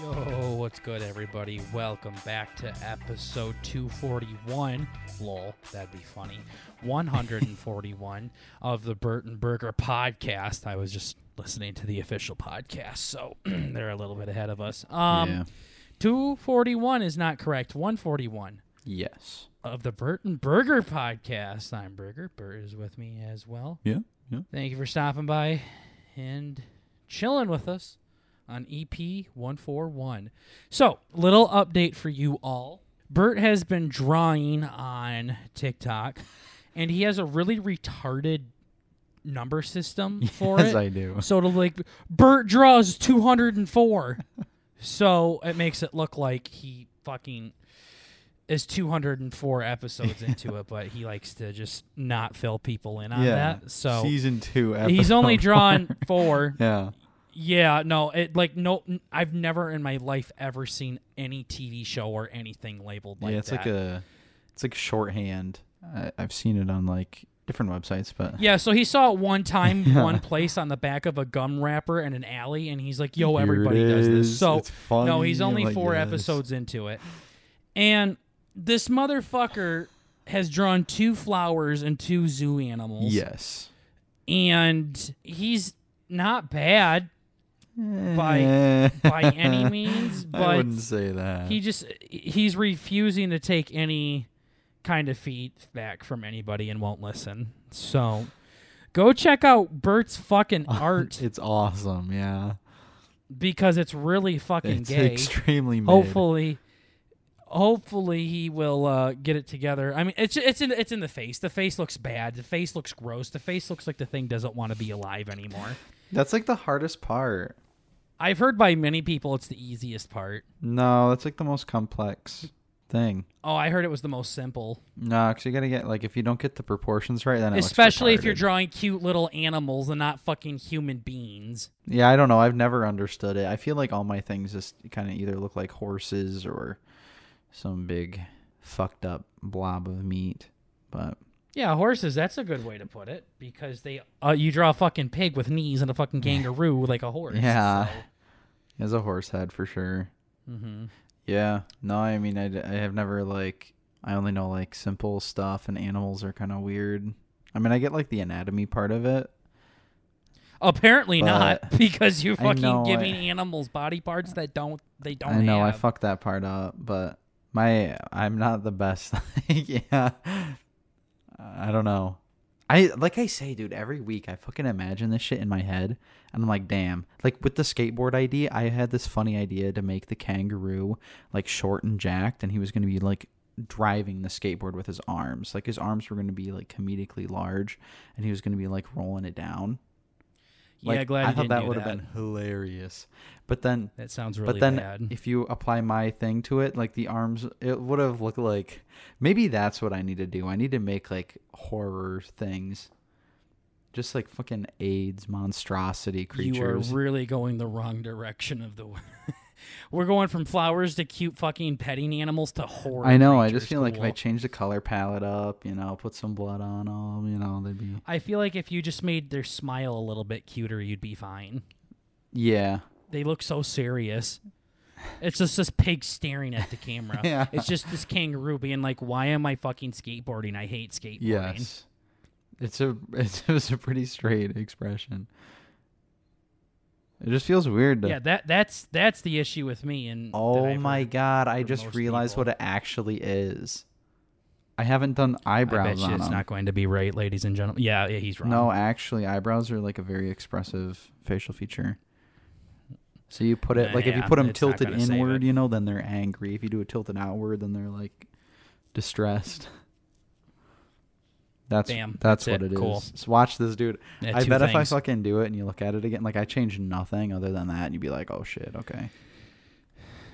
Yo, what's good, everybody? Welcome back to episode 241. Lol, that'd be funny. 141 of the Burton Burger podcast. I was just listening to the official podcast, so they're a little bit ahead of us. Um, Yeah. 241 is not correct. 141 Yes. of the Burton Burger podcast. I'm Burger. Bert is with me as well. Yeah. Yeah. Thank you for stopping by and chilling with us on E EP 141. So, little update for you all. Bert has been drawing on TikTok and he has a really retarded number system for As it. I do. So it'll like Bert draws 204. so it makes it look like he fucking is 204 episodes into it, but he likes to just not fill people in on that. So season two. Episode he's only four. drawn four. yeah. Yeah, no, it like no n- I've never in my life ever seen any TV show or anything labeled like yeah. It's that. like a. It's like shorthand. I, I've seen it on like different websites, but yeah, so he saw it one time, Yeah. one place on the back of a gum wrapper in an alley, and he's like, "Yo, Here everybody it does this." is. So It's funny. No, he's I'm only like, four yes. episodes into it. And this motherfucker has drawn two flowers and two zoo animals. Yes. And he's not bad By by any means, I but wouldn't say that. he just he's refusing to take any kind of feedback from anybody and won't listen. So go check out Bert's fucking art It's awesome. Yeah. because it's really fucking It's gay. extremely. Mid. hopefully hopefully he will uh, get it together i mean it's it's in it's in the face the face looks bad the face looks gross the face looks like the thing doesn't want to be alive anymore That's like the hardest part. i've heard by many people it's the easiest part No, that's like the most complex thing. oh i heard it was the most simple No, because you gotta get like if you don't get the proportions right, then it looks especially if retarded. you're drawing cute little animals and not fucking human beings Yeah, I don't know. I've never understood it. I feel like all my things just kind of either look like horses or some big fucked up blob of meat. But yeah horses that's a good way to put it because they uh, you draw a fucking pig with knees and a fucking kangaroo like a horse yeah, as a horse head for sure. mm-hmm. Yeah. No, I mean, I, d- I have never like I only know like simple stuff, and animals are kind of weird. I mean, I get like the anatomy part of it. Apparently But- not, because you're I fucking know, giving I- animals body parts that don't they don't. I know I have. fucked that part up, but my I'm not the best. Like, yeah, I don't know. I like I say, dude. Every week I fucking imagine this shit in my head, and I'm like, damn. Like with the skateboard idea, I had this funny idea to make the kangaroo like short and jacked, and he was gonna be like driving the skateboard with his arms. Like his arms were gonna be like comedically large, and he was gonna be like rolling it down. Yeah, Like, glad I you thought didn't that do would have that. been hilarious. But then That sounds really but then bad. if you apply my thing to it like the arms it would have looked like maybe that's what i need to do i need to make like horror things just like fucking aids monstrosity you are creatures really going the wrong direction of the. We're going from flowers to cute fucking petting animals to horror. i know i creatures. just feel like if i Cool. change the color palette up you know put some blood on them you know they'd be I feel like if you just made their smile a little bit cuter, you'd be fine. yeah They look so serious. It's just this pig staring at the camera. Yeah. It's just this kangaroo being like, "Why am I fucking skateboarding? I hate skateboarding." yes it's a it's, it was a pretty straight expression it just feels weird to Yeah, that that's that's the issue with me. And that Oh I've my heard. god, I for just most realized people. what it actually is. I haven't done eyebrows I bet you on it's 'em. not going to be right, ladies and gentlemen. Yeah, yeah he's wrong. No, actually, eyebrows are like a very expressive facial feature. So you put it like if you Yeah, put them it's not tilted gonna save inward, it. you know, then they're angry. If you do it tilted outward, then they're like distressed. That's Bam, that's, that's what it, it is. cool. So watch this, dude. Yeah, I two bet if I things. fucking do it and you look at it again, like I changed nothing other than that, and you'd be like, "Oh shit, okay,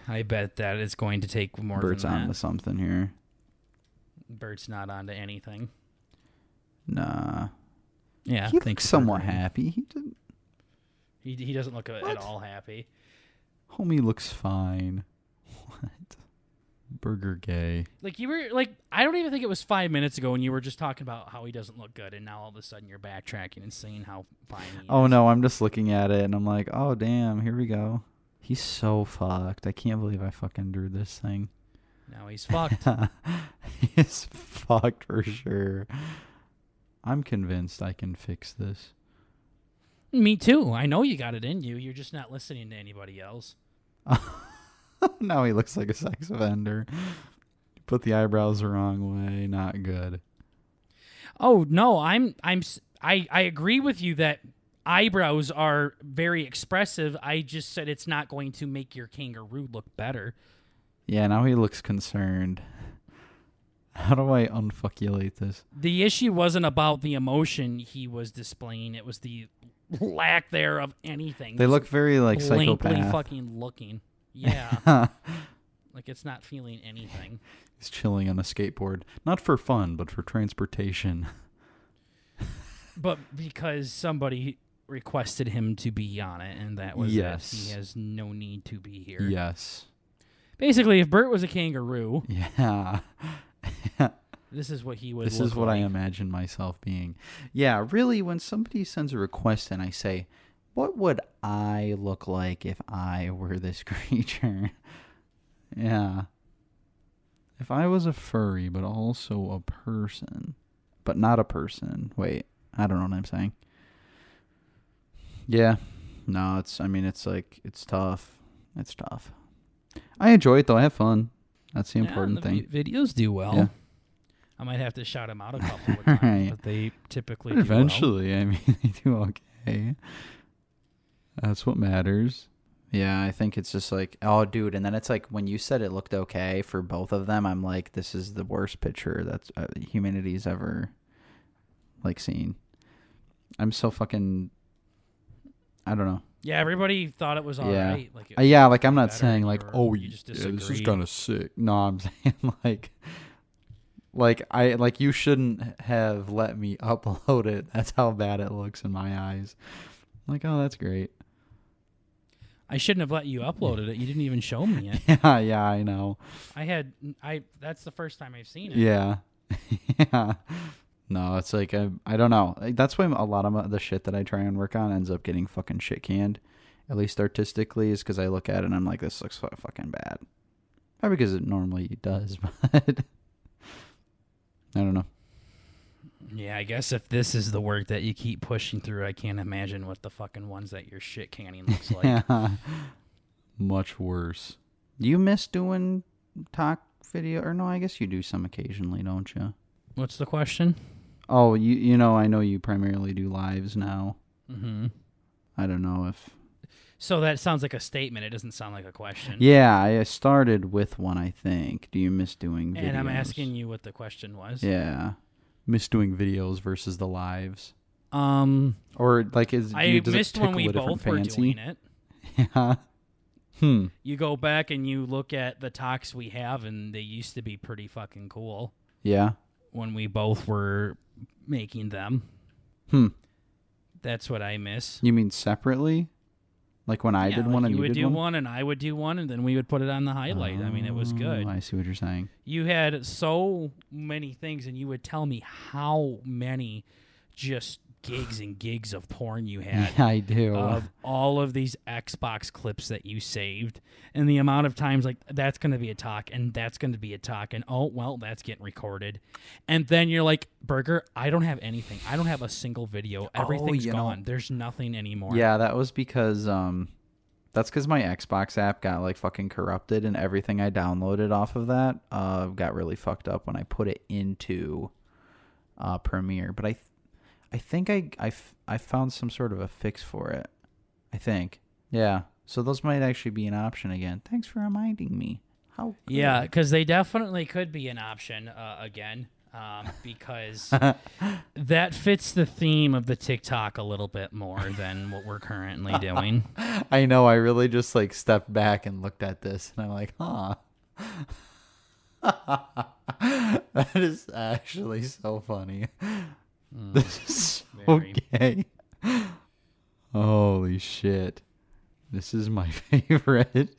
I bet that it's going to take more Bert's than on that. to something here." Bert's not onto anything. Nah, Yeah, he I think looks somewhat Bert- happy. He did, He, he doesn't look a- What? at all happy. homie looks fine. What? Burger gay. Like you were like I don't even think it was five minutes ago when you were just talking about how he doesn't look good, and now all of a sudden you're backtracking and saying how fine. He Oh is. no, I'm just looking at it and I'm like, oh damn, here we go. He's so fucked. I can't believe I fucking drew this thing. Now he's fucked. He's fucked for sure. I'm convinced I can fix this. Me too. I know you got it in you. You're just not listening to anybody else. now he looks like a sex offender. Put the eyebrows the wrong way. Not good. Oh no, I'm I'm s- I I agree with you that eyebrows are very expressive. I just said it's not going to make your kangaroo look better. Yeah, now he looks concerned. How do I unfuckulate this? The issue wasn't about the emotion he was displaying. It was the lack there of anything. They Just look very like blankly psychopath. fucking looking. Yeah, like it's not feeling anything. He's chilling on a skateboard, not for fun, but for transportation. But because somebody requested him to be on it, and that was yes. Yes. He has no need to be here. Yes. Basically, if Bert was a kangaroo, Yeah. this is what he would. This is look what I like. imagine myself being. Yeah, really, when somebody sends a request and I say, What would I look like if I were this creature? yeah. If I was a furry, but also a person, but not a person. Wait, I don't know what I'm saying. Yeah. No, it's, I mean, it's like, it's tough. It's tough. I enjoy it though. I have fun. That's the Yeah, important the thing. vi- Videos do well. Yeah. I might have to shout him out a couple of times, Right. but they typically But do well. eventually, I mean, they do okay. That's what matters. Yeah, I think it's just like, oh, dude, and then it's like when you said it looked okay for both of them, I'm like, this is the worst picture that uh, humanity's ever like seen. I'm so fucking. I don't know. Yeah, everybody thought it was all right. Yeah. Like, Uh, yeah, like I'm not better, saying like, or oh, you y- just yeah, this is disagree. kind of sick. No, I'm saying like, like I like you shouldn't have let me upload it. That's how bad it looks in my eyes. Like, oh, that's great. I shouldn't have let you upload it. You didn't even show me it. Yeah, yeah, I know. I had I. That's the first time I've seen it. Yeah, yeah. No, it's like I, I don't know. Like, that's why a lot of my- the shit that I try and work on ends up getting fucking shit canned. At least artistically, is because I look at it and I'm like, this looks fu- fucking bad. Probably because it normally does, but I don't know. Yeah, I guess if this is the work that you keep pushing through, I can't imagine what the fucking ones that you're shit canning looks like. yeah. Much worse. Do you miss doing talk video? Or no, I guess you do some occasionally, don't you? What's the question? Oh, you you know, I know you primarily do lives now. Mm-hmm. I don't know if. So that sounds like a statement. It doesn't sound like a question. Yeah, I started with one. I think. Do you miss doing? Videos? And I'm asking you what the question was. Yeah, miss doing videos versus the lives, Um, or like is do I you, does it missed when tickle we a different both were fancy? doing it. Yeah. Hmm. You go back and you look at the talks we have, and they used to be pretty fucking cool Yeah. when we both were making them. Hmm. That's what I miss. You mean separately? Like when I Yeah, did like one and you you would did do one. and I would do one, and then we would put it on the highlight. I mean, it was good. Oh, I see what you're saying. You had so many things, and you would tell me how many just gigs and gigs of porn you had. Yeah, Oh. I do. of all of these Xbox clips that you saved and the amount of times like that's going to be a talk and that's going to be a talk and oh well that's getting recorded and then you're like Burger I don't have anything I don't have a single video everything's Oh, you know- gone there's nothing anymore yeah, that was because um, that's because my Xbox app got like fucking corrupted, and everything I downloaded off of that uh got really fucked up when I put it into uh Premiere. But I, th- I think I I f- I found some sort of a fix for it. I think. Yeah. So those might actually be an option again. Thanks for reminding me. How? good. yeah because they definitely could be an option uh, again um, because that fits the theme of the TikTok a little bit more than what we're currently doing. I know. I really just like stepped back and looked at this, and I'm like, huh. that is actually so funny. this is so Hmm. very. gay. Holy shit. This is my favorite.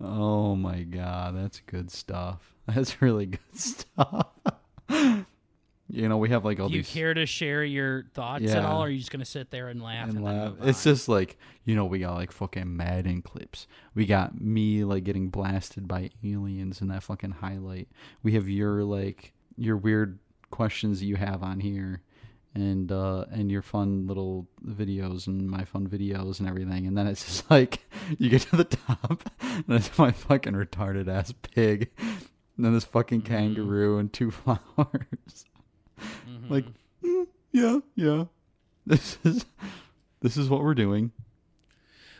Oh my god, that's good stuff. That's really good stuff. you know, we have like all Do you these care to share your thoughts at Yeah. all, or are you just gonna sit there and laugh and, and then laugh. move It's on? just like you know, we got like fucking Madden clips. We got me like getting blasted by aliens in that fucking highlight. We have your like your weird questions that you have on here, and uh and your fun little videos and my fun videos and everything. And then it's just like you get to the top, and it's my fucking retarded ass pig, and then this fucking Mm-hmm. kangaroo and two flowers. Mm-hmm. Like, "Mm, yeah, yeah. This is this is what we're doing.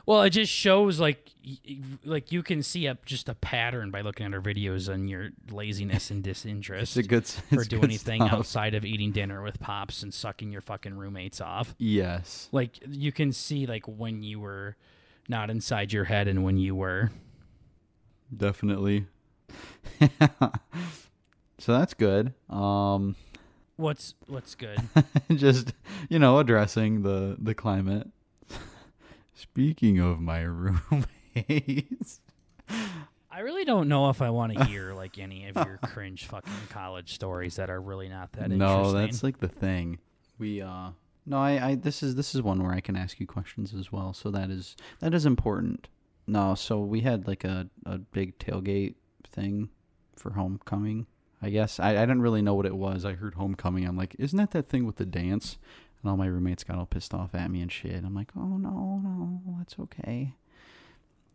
Well, it just shows like y- y- like you can see up just a pattern by looking at our videos and your laziness and It's disinterest a good. for it's doing good anything stuff. outside of eating dinner with pops and sucking your fucking roommates off. Yes. Like you can see like when you were not inside your head and when you were. Definitely. so that's good. Um What's what's good? just, you know, addressing the the climate. Speaking of my roommates. I really don't know if I want to hear like any of your cringe fucking college stories that are really not that no, interesting. that's like the thing. We uh no, I, I this is this is one where I can ask you questions as well, so that is that is important. No, so we had like a, a big tailgate thing for homecoming. I guess I, I didn't really know what it was. I heard homecoming. I'm like, isn't that that thing with the dance? And all my roommates got all pissed off at me and shit. I'm like, oh no, no, that's okay.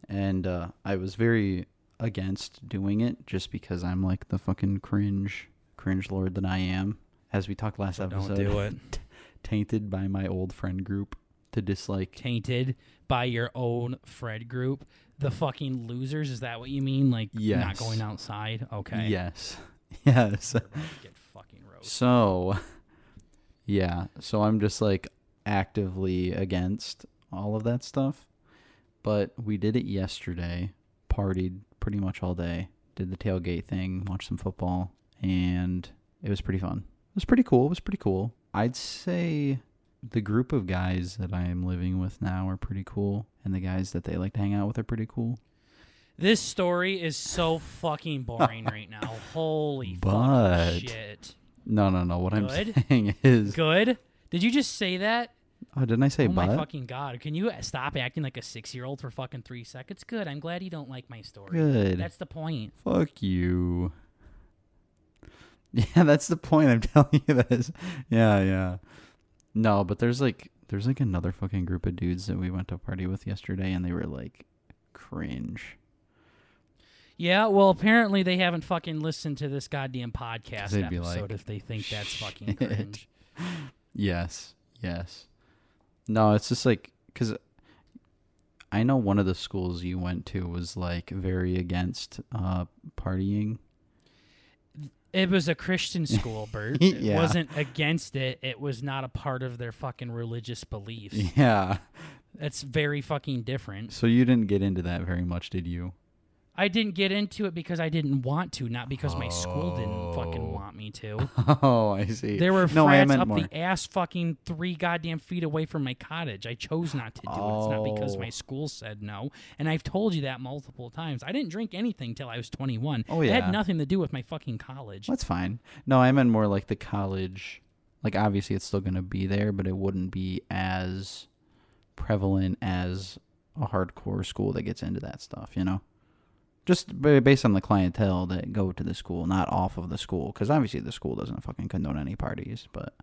And uh, I was very against doing it just because I'm like the fucking cringe, cringe lord that I am. As we talked last So episode, don't do it. tainted by my old friend group to dislike. tainted by your own Fred group. The fucking losers, is that what you mean? Like not Yes. going outside? Okay. Yes, yes. Get fucking roast. So, yeah. So I'm just like actively against all of that stuff. But we did it yesterday, partied pretty much all day, did the tailgate thing, watched some football, and it was pretty fun. It was pretty cool. It was pretty cool. I'd say the group of guys that I am living with now are pretty cool, and the guys that they like to hang out with are pretty cool. This story is so fucking boring right now. Holy But- fucking shit. No, no, no. What I'm Good. saying is, Good? Did you just say that? oh, didn't I say oh but? my fucking god. Can you stop acting like a six year old for fucking three seconds? Good. I'm glad you don't like my story. Good. That's the point. Fuck you. Yeah, that's the point. I'm telling you this. Yeah, yeah. No, but there's like there's like another fucking group of dudes that we went to a party with yesterday, and they were like cringe. Yeah, well, apparently they haven't fucking listened to this goddamn podcast They'd be episode like, if they think that's fucking "Shit." cringe. Yes, yes. No, it's just like because I know one of the schools you went to was like very against uh partying. It was a Christian school, Bert. It Yeah. wasn't against it. It was not a part of their fucking religious beliefs. Yeah. That's very fucking different. So you didn't get into that very much, did you? I didn't get into it because I didn't want to, not because my school didn't fucking Oh. want me to. Oh, I see. There were no, I frats meant up more. the ass fucking three goddamn feet away from my cottage. I chose not to do it. It's not because Oh. my school said no. And I've told you that multiple times. I didn't drink anything till I was 21. Oh, It yeah. had nothing to do with my fucking college. That's fine. No, I meant more like the college. Like obviously, it's still gonna be there, but it wouldn't be as prevalent as a hardcore school that gets into that stuff. You know, just ba- based on the clientele that go to the school, not off of the school, because obviously the school doesn't fucking condone any parties. But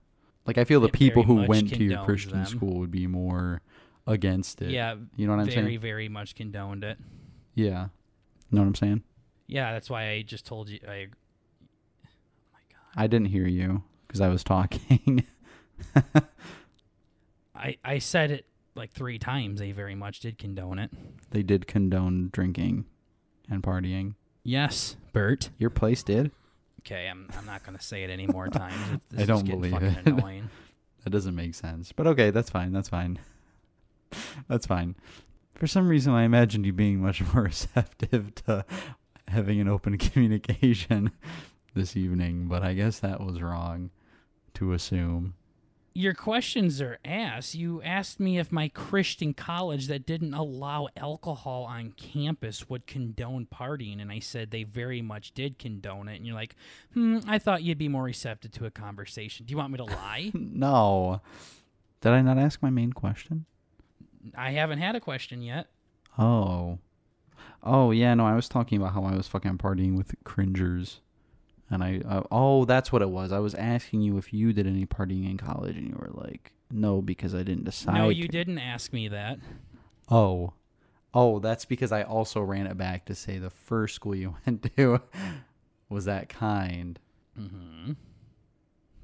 like, I feel the It people very who much went to your condones Christian them. school would be more against it. Yeah, you know what I'm very, saying? very much condoned it. Yeah, know what I'm saying? Yeah, that's why I just told you. I I didn't hear you because I was talking. I, I said it like three times. They very much did condone it. they did condone drinking and partying. Yes, Bert. Your place did? Okay, I'm, I'm not gonna say it any more times. It- This I is don't getting believe fucking it. annoying. That doesn't make sense. But okay, that's fine. That's fine. that's fine. For some reason, I imagined you being much more receptive to having an open communication this evening, but I guess that was wrong to assume. Your questions are ass. You asked me if my Christian college that didn't allow alcohol on campus would condone partying, and I said they very much did condone it. And you're like, hmm, I thought you'd be more receptive to a conversation. Do you want me to lie? No. Did I not ask my main question? I haven't had a question yet. Oh. Oh, yeah, no, I was talking about how I was fucking partying with cringers. And I, I oh, that's what it was. I was asking you if you did any partying in college and you were like, "No, because I didn't decide." No, you to." didn't ask me that. Oh. Oh, that's because I also ran it back to say the first school you went to was that kind. hmm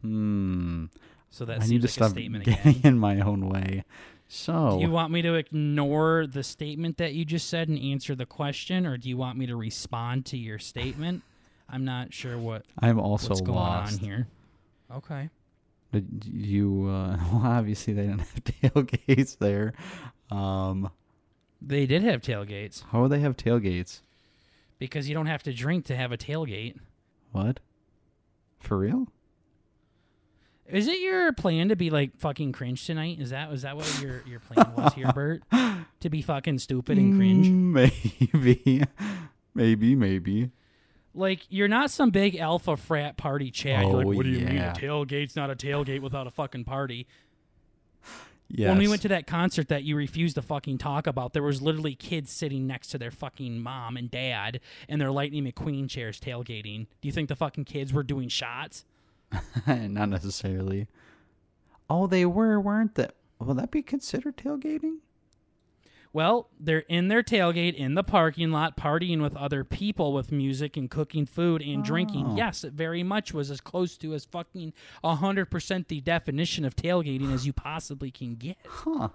Hmm. So that I seems need to like stop a statement getting Oh. again. in my own way. So, Do you want me to ignore the statement that you just said and answer the question, or do you want me to respond to your statement? I'm not sure what I'm also what's going lost. on here. Okay. Did you uh, well, obviously they didn't have tailgates there. Um, They did have tailgates how would they have tailgates? because you don't have to drink to have a tailgate. What? For real? Is it your plan to be like fucking cringe tonight? Is that was that what your your plan was here, Bert? To be fucking stupid and cringe? Mm, Maybe, maybe, maybe. Like you're not some big alpha frat party Chad. you're Oh, like, what do you mean a yeah. tailgate's not a tailgate without a fucking party? Yes. When we went to that concert that you refused to fucking talk about, there was literally kids sitting next to their fucking mom and dad and their Lightning McQueen chairs tailgating. Do you think the fucking kids were doing shots? not necessarily. Oh, they were, weren't they? Will that be considered tailgating? Well, they're in their tailgate in the parking lot, partying with other people with music and cooking food and drinking. Oh. Yes, it very much was as close to as fucking 100% the definition of tailgating as you possibly can get. Huh. Well,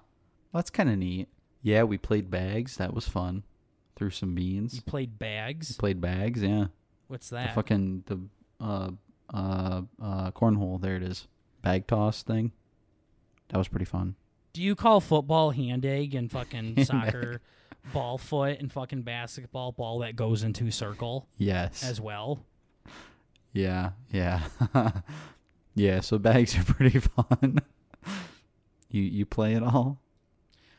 that's kind of neat. Yeah, we played bags. That was fun. Threw some You beans. played bags? Played bags. Yeah. What's the that? fucking the uh uh uh cornhole there it is bag toss thing that was pretty fun Do you call football hand egg and fucking Hand soccer ball foot and fucking basketball ball that goes into circle yes as well? yeah yeah yeah so bags are pretty fun you you play it all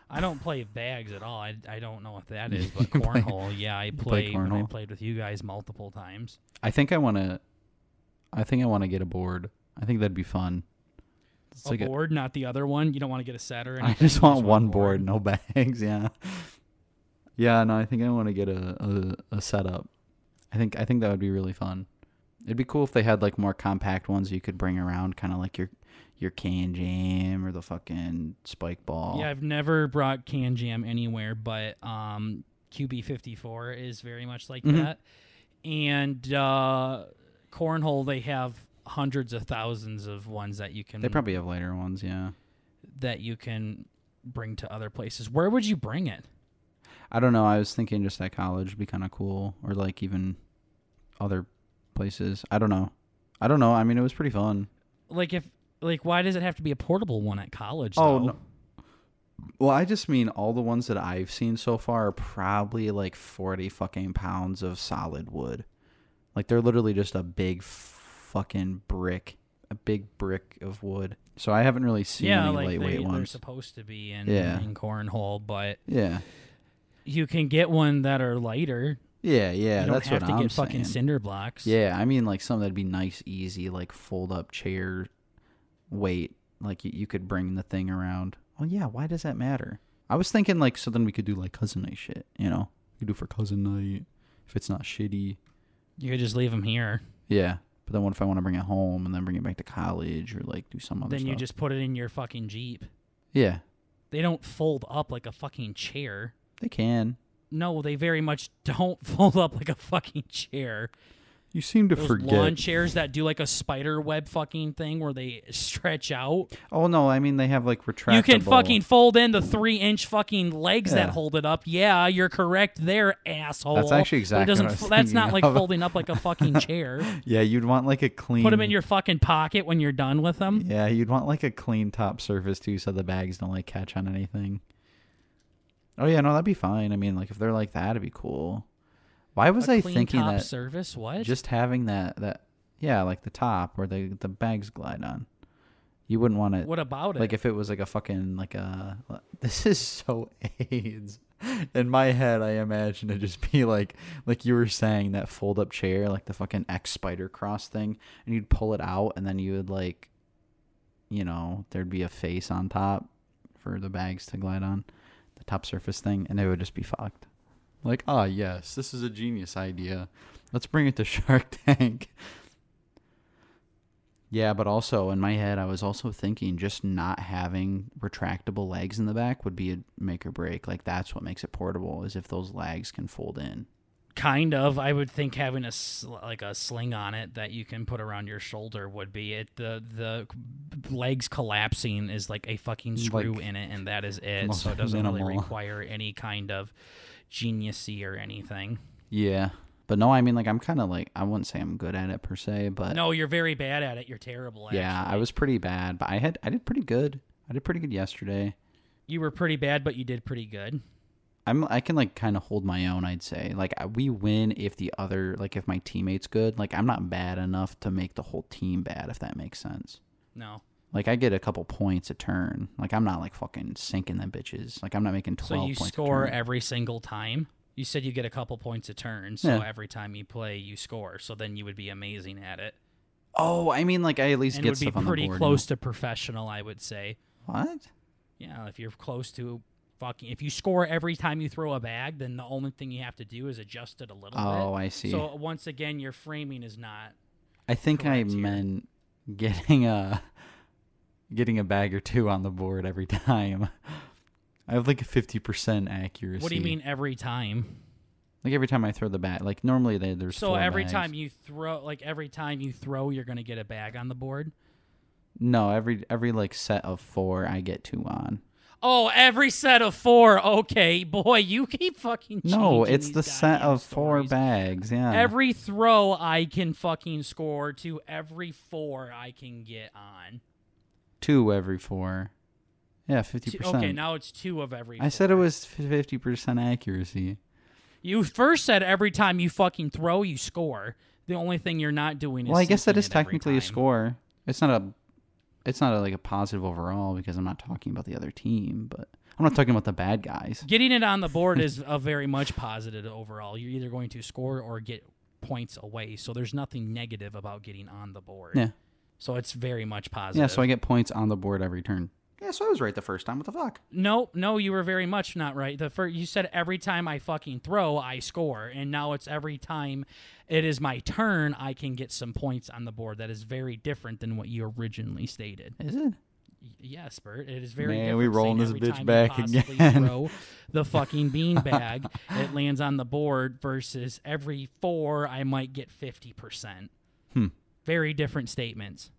I don't play bags at all. I, I don't know what that You is, but play- cornhole, yeah, I play played when I cornhole? played with you guys multiple times. i think i want to i think i want to get a board i think that'd be fun it's a board, not the other one. You don't want to get a set or I anything. just want one board, no bags. Yeah, yeah. No, I think I want to get a, a a setup. I think I think that would be really fun. It'd be cool if they had like more compact ones you could bring around, kind of like your your can jam or the fucking spike ball. Yeah, I've never brought can jam anywhere, but um, QB54 is very much like Mhm. that. And uh, cornhole, they have hundreds of thousands of ones that you can they probably have lighter ones. Yeah, that you can bring to other places. Where would you bring it? I don't know. I was thinking just at college would be kind of cool, or like even other places. I don't know. I don't know. I mean, it was pretty fun. Like if like why does it have to be a portable one at college? Oh, though? no. Well, I just mean all the ones that I've seen so far are probably like 40 fucking pounds of solid wood. Like they're literally just a big fucking brick, a big brick of wood. So I haven't really seen yeah, any like lightweight they, they're ones. supposed to be in, Yeah. in cornhole, but yeah. you can get one that are lighter. Yeah, yeah, you don't that's have what to I'm get fucking saying. cinder blocks. yeah, I mean like something that'd be nice, easy, like fold up chair weight. Like you, you could bring the thing around. Well, yeah, why does that matter? I was thinking like so then we could do like cousin night shit, you know? We could do for cousin night if it's not shitty. You could just leave them here. Yeah. But then what if I want to bring it home and then bring it back to college or like do some other then you stuff? just put it in your fucking Jeep. Yeah. They don't fold up like a fucking chair. They can. No, they very much don't fold up like a fucking chair. You seem to Those forget. lawn chairs that do like a spider web fucking thing where they stretch out. Oh no, I mean they have like retractable. You can fucking fold in the three inch fucking legs that Yeah. hold it up. Yeah, you're correct there, asshole. That's actually But it exactly doesn't what I was fo- That's not thinking like of. folding up like a fucking chair. Yeah, you'd want like a clean Put them in your fucking pocket when you're done with them. Yeah, you'd want like a clean top surface too, so the bags don't like catch on anything. Oh yeah, no, that'd be fine. I mean, like if they're like that, it'd be cool. Why was a I clean thinking top that? service? What? Just having that that yeah, like the top where the the bags glide on. You wouldn't want it. What about it? Like if it was like a fucking like a this is so AIDS. In my head, I imagine it just be like like you were saying that fold up chair, like the fucking X spider cross thing, and you'd pull it out, and then you would like, you know, there'd be a face on top for the bags to glide on, the top surface thing, and it would just be fucked. Like ah yes, this is a genius idea. Let's bring it to Shark Tank. Yeah, but also in my head, I was also thinking just not having retractable legs in the back would be a make or break. Like that's what makes it portable is if those legs can fold in. kind of i would think having a sl- like a sling on it that you can put around your shoulder would be it the the legs collapsing is like a fucking screw Like, in it and that is it most so it doesn't really minimal. require any kind of geniusy or anything Yeah, but no, I mean like I'm kind of like I wouldn't say I'm good at it per se, but no you're very bad at it you're terrible at it. yeah, I was pretty bad, but I had I did pretty good. I did pretty good yesterday. you were pretty bad but you did pretty good I'm I can like kind of hold my own. I'd say like I- we win if the other like if my teammate's good. Like I'm not bad enough to make the whole team bad if that makes sense. no Like I get a couple points a turn. Like I'm not like fucking sinking them bitches. Like I'm not making so twelve. you points score A turn. every single time you said you get a couple points a turn so Yeah. every time you play you score so then you would be amazing at it oh, I mean, like I at least and get would be stuff on the pretty board, close to professional i would say you know? What? Yeah, if you're close to fucking, if you score every time you throw a bag, then the only thing you have to do is adjust it a little Oh, bit. I see. So once again, your framing is not. I think I correct here. meant getting a getting a bag or two on the board every time. I have like a fifty percent accuracy. What do you mean every time? Like every time I throw the bat, like normally they, there's. So four every bags. time you throw, like every time you throw, you're gonna get a bag on the board. No, every every like set of four, I get two on. Oh, every set of four. Okay, boy, you keep fucking. No, changing it's these the set goddamn of four stories. bags. Yeah. Every throw I can fucking score to every four I can get on. two every four. Yeah, fifty Two- percent. Okay, now it's two of every. I said it four. was fifty percent accuracy. You first said every time you fucking throw, you score. The only thing you're not doing is. Well, I guess that sinking is it every technically a time. score. It's not a, it's not a, like a positive overall because I'm not talking about the other team, but I'm not talking about the bad guys. Getting it on the board is a very much positive overall. You're either going to score or get points away. So there's nothing negative about getting on the board. Yeah. So it's very much positive. Yeah, so I get points on the board every turn. Yeah, so I was right the first time. What the fuck? no, no, you were very much not right. The first, you said every time I fucking throw, I score, and now it's every time it is my turn, I can get some points on the board. That is very different than what you originally stated. Is it? Yes, Bert. It is very. Man, we different rolling saying every this bitch time you back possibly again. Throw the fucking bean bag, it lands on the board versus every four I might get fifty percent. Hmm. Very different statements.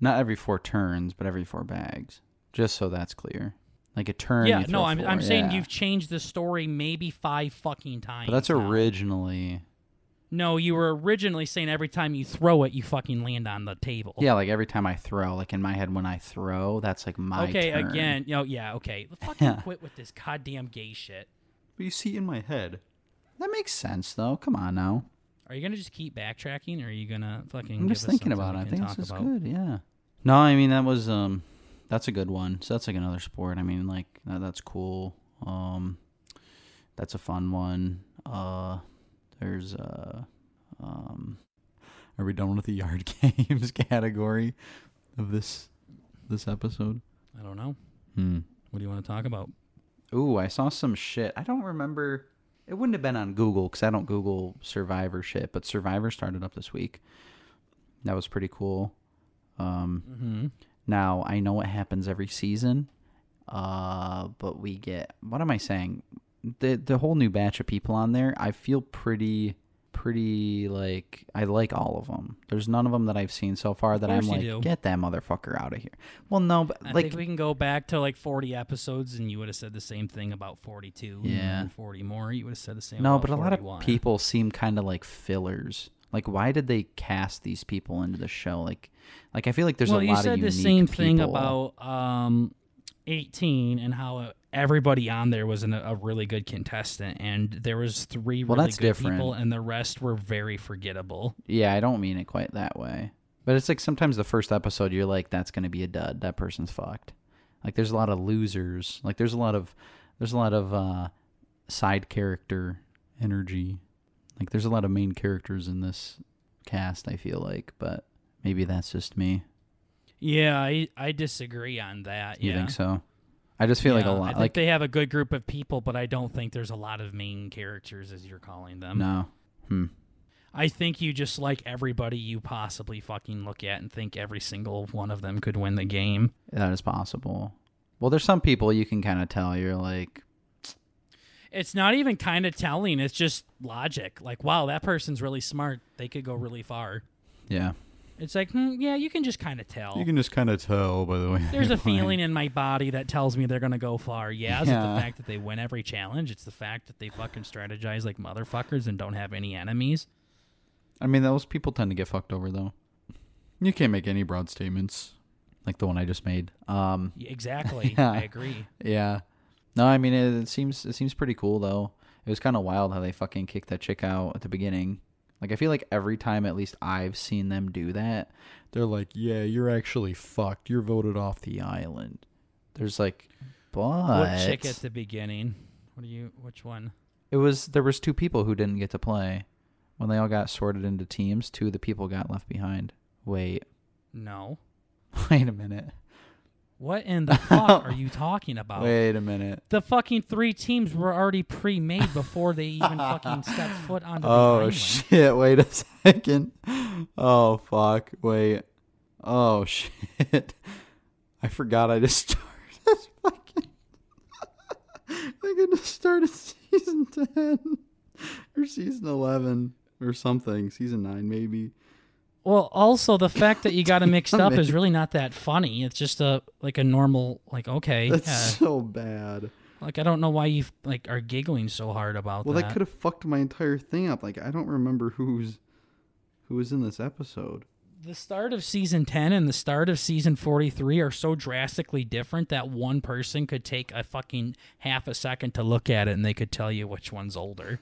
Not every four turns, but every four bags. Just so that's clear. Like a turn. yeah, you no, throw I'm four. I'm saying Yeah. you've changed the story maybe five fucking times. But that's now. originally. No, you were originally saying every time you throw it, you fucking land on the table. Yeah, like every time I throw, like in my head when I throw, that's like my Okay, turn. again. No, yeah, okay. Fucking quit with this goddamn gay shit. But you see in my head. That makes sense though. Come on now. Are you gonna just keep backtracking, or are you gonna fucking? I'm give just us thinking something about we it. I can think talk this is about? good. Yeah. No, I mean that was um, that's a good one. So that's like another sport. I mean, like that, that's cool. Um, that's a fun one. Uh, there's uh, um, are we done with the yard games category of this this episode? I don't know. Hmm. What do you want to talk about? Ooh, I saw some shit. I don't remember. It wouldn't have been on Google because I don't Google Survivor shit. But Survivor started up this week. That was pretty cool. Um, Mm-hmm. Now I know it happens every season, uh, but we get what am I saying? The the whole new batch of people on there, I feel pretty pretty like I like all of them. There's none of them that I've seen so far that course I'm you do. like, get that motherfucker out of here. Well, no, but I like think we can go back to like 40 episodes, and you would have said the same thing about 42. and Yeah. then 40 more, you would have said the same. no, about but a lot 41. of people seem kind of like fillers. Like, why did they cast these people into the show? Like, like I feel like there's well, a lot you of said the unique same thing people. about um, 18 and how uh, everybody on there was an, a really good contestant, and there was three Well, really that's good different. people, and the rest were very forgettable. Yeah, I don't mean it quite that way. But it's like sometimes the first episode, you're like, that's going to be a dud. That person's fucked. Like there's a lot of losers. Like there's a lot of there's a lot of uh, side character energy. Like there's a lot of main characters in this cast. I feel like, but maybe that's just me. Yeah, I, I disagree on that. You yeah. think so? I just feel like a Yeah, I lot. think Like they have a good group of people, but I don't think there's a lot of main characters as you're calling them. no. Hmm. I think you just like everybody you possibly fucking look at and think every single one of them could win the game. That is possible. Well, there's some people you can kind of tell. You're like, It's not even kind of telling, it's just logic. Like, wow, that person's really smart. They could go really far. yeah. It's like, hmm, yeah, you can just kind of tell. can just kind of tell by the way. There's a feeling in my body that tells me they're going to go far. Yeah, is it Yeah. the fact that they win every challenge? It's the fact that they fucking strategize like motherfuckers and don't have any enemies. I mean, those people tend to get fucked over though. You can't make any broad statements like the one I just made. Um, Y- Exactly. Yeah. I agree. yeah. No, I mean it, it seems it seems pretty cool though. It was kind of wild how they fucking kicked that chick out at the beginning. Like I feel like every time at least I've seen them do that, they're like, "Yeah, you're actually fucked. You're voted off the island." There's like, but What chick at the beginning? What do you? Which one? it was there was two people who didn't get to play when they all got sorted into teams two of the people got left behind wait No. wait a minute What in the fuck are you talking about? wait a minute The fucking three teams were already pre-made before they even fucking stepped foot onto the oh island. shit wait a second oh fuck wait oh shit i forgot i just started this fucking i could just started season 10 or season 11 or something season 9 maybe Well, also the fact that you got it mixed up Damn it. is really not that funny. It's just a like a normal like okay, that's yeah. so bad Like I don't know why you like are giggling so hard about Well, that. that could have fucked my entire thing up. Like, I don't remember who's who was in this episode. the start of season 10 and the start of season 43 are so drastically different that one person could take a fucking half a second to look at it and they could tell you which one's older.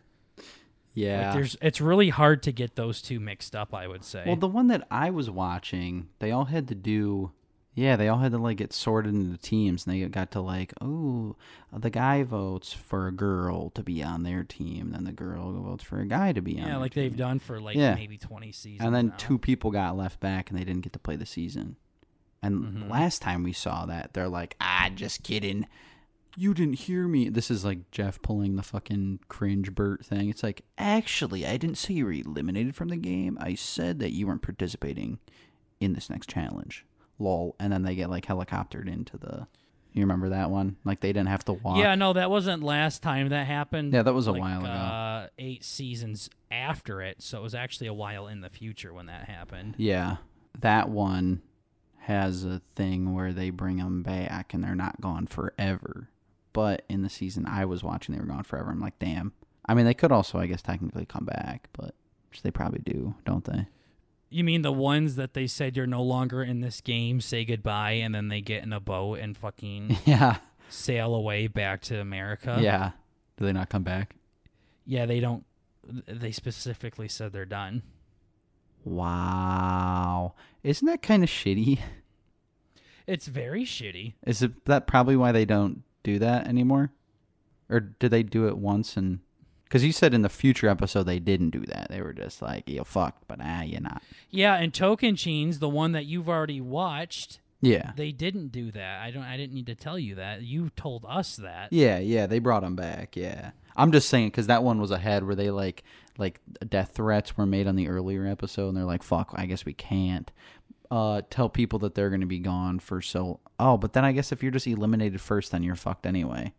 Yeah. Like there's it's really hard to get those two mixed up, I would say. well, the one that I was watching, they all had to do. Yeah, they all had to like get sorted into teams, and they got to like, oh, the guy votes for a girl to be on their team, then the girl votes for a guy to be on. yeah, their like team. they've done for like Yeah. maybe 20 seasons. And then now. two people got left back, and they didn't get to play the season. And Mm-hmm. last time we saw that, they're like, ah, just kidding. You didn't hear me. This is like Jeff pulling the fucking cringe Bert thing. It's like, actually, I didn't say you were eliminated from the game. I said that you weren't participating in this next challenge. Lol. And then they get like helicoptered into the. You remember that one? Like they didn't have to walk. Yeah, no, that wasn't last time that happened. Yeah, that was a like, while ago. Uh, 8 seasons after it, so it was actually a while in the future when that happened. Yeah. That one has a thing where they bring them back and they're not gone forever. But in the season I was watching, they were gone forever. I'm like, damn. I mean, they could also, I guess, technically come back, but which they probably do, don't they? You mean the ones that they said you're no longer in this game, say goodbye, and then they get in a boat and fucking Yeah. sail away back to America? yeah. Do they not come back? Yeah, they don't. They specifically said they're done. Wow. Isn't that kind of shitty? It's very shitty. Is it that probably why they don't do that anymore? Or did they do it once and. Because you said in the future episode they didn't do that. They were just like, you're fucked, but ah, you're not. Yeah, and Token Chains, the one that you've already watched, Yeah. they didn't do that. I don't. I didn't need to tell you that. You told us that. Yeah, yeah, they brought him back. Yeah, I'm just saying because that one was ahead where they like like death threats were made on the earlier episode, and they're like, "Fuck, I guess we can't uh, tell people that they're gonna be gone for so." Oh, but then I guess if you're just eliminated first, then you're fucked anyway.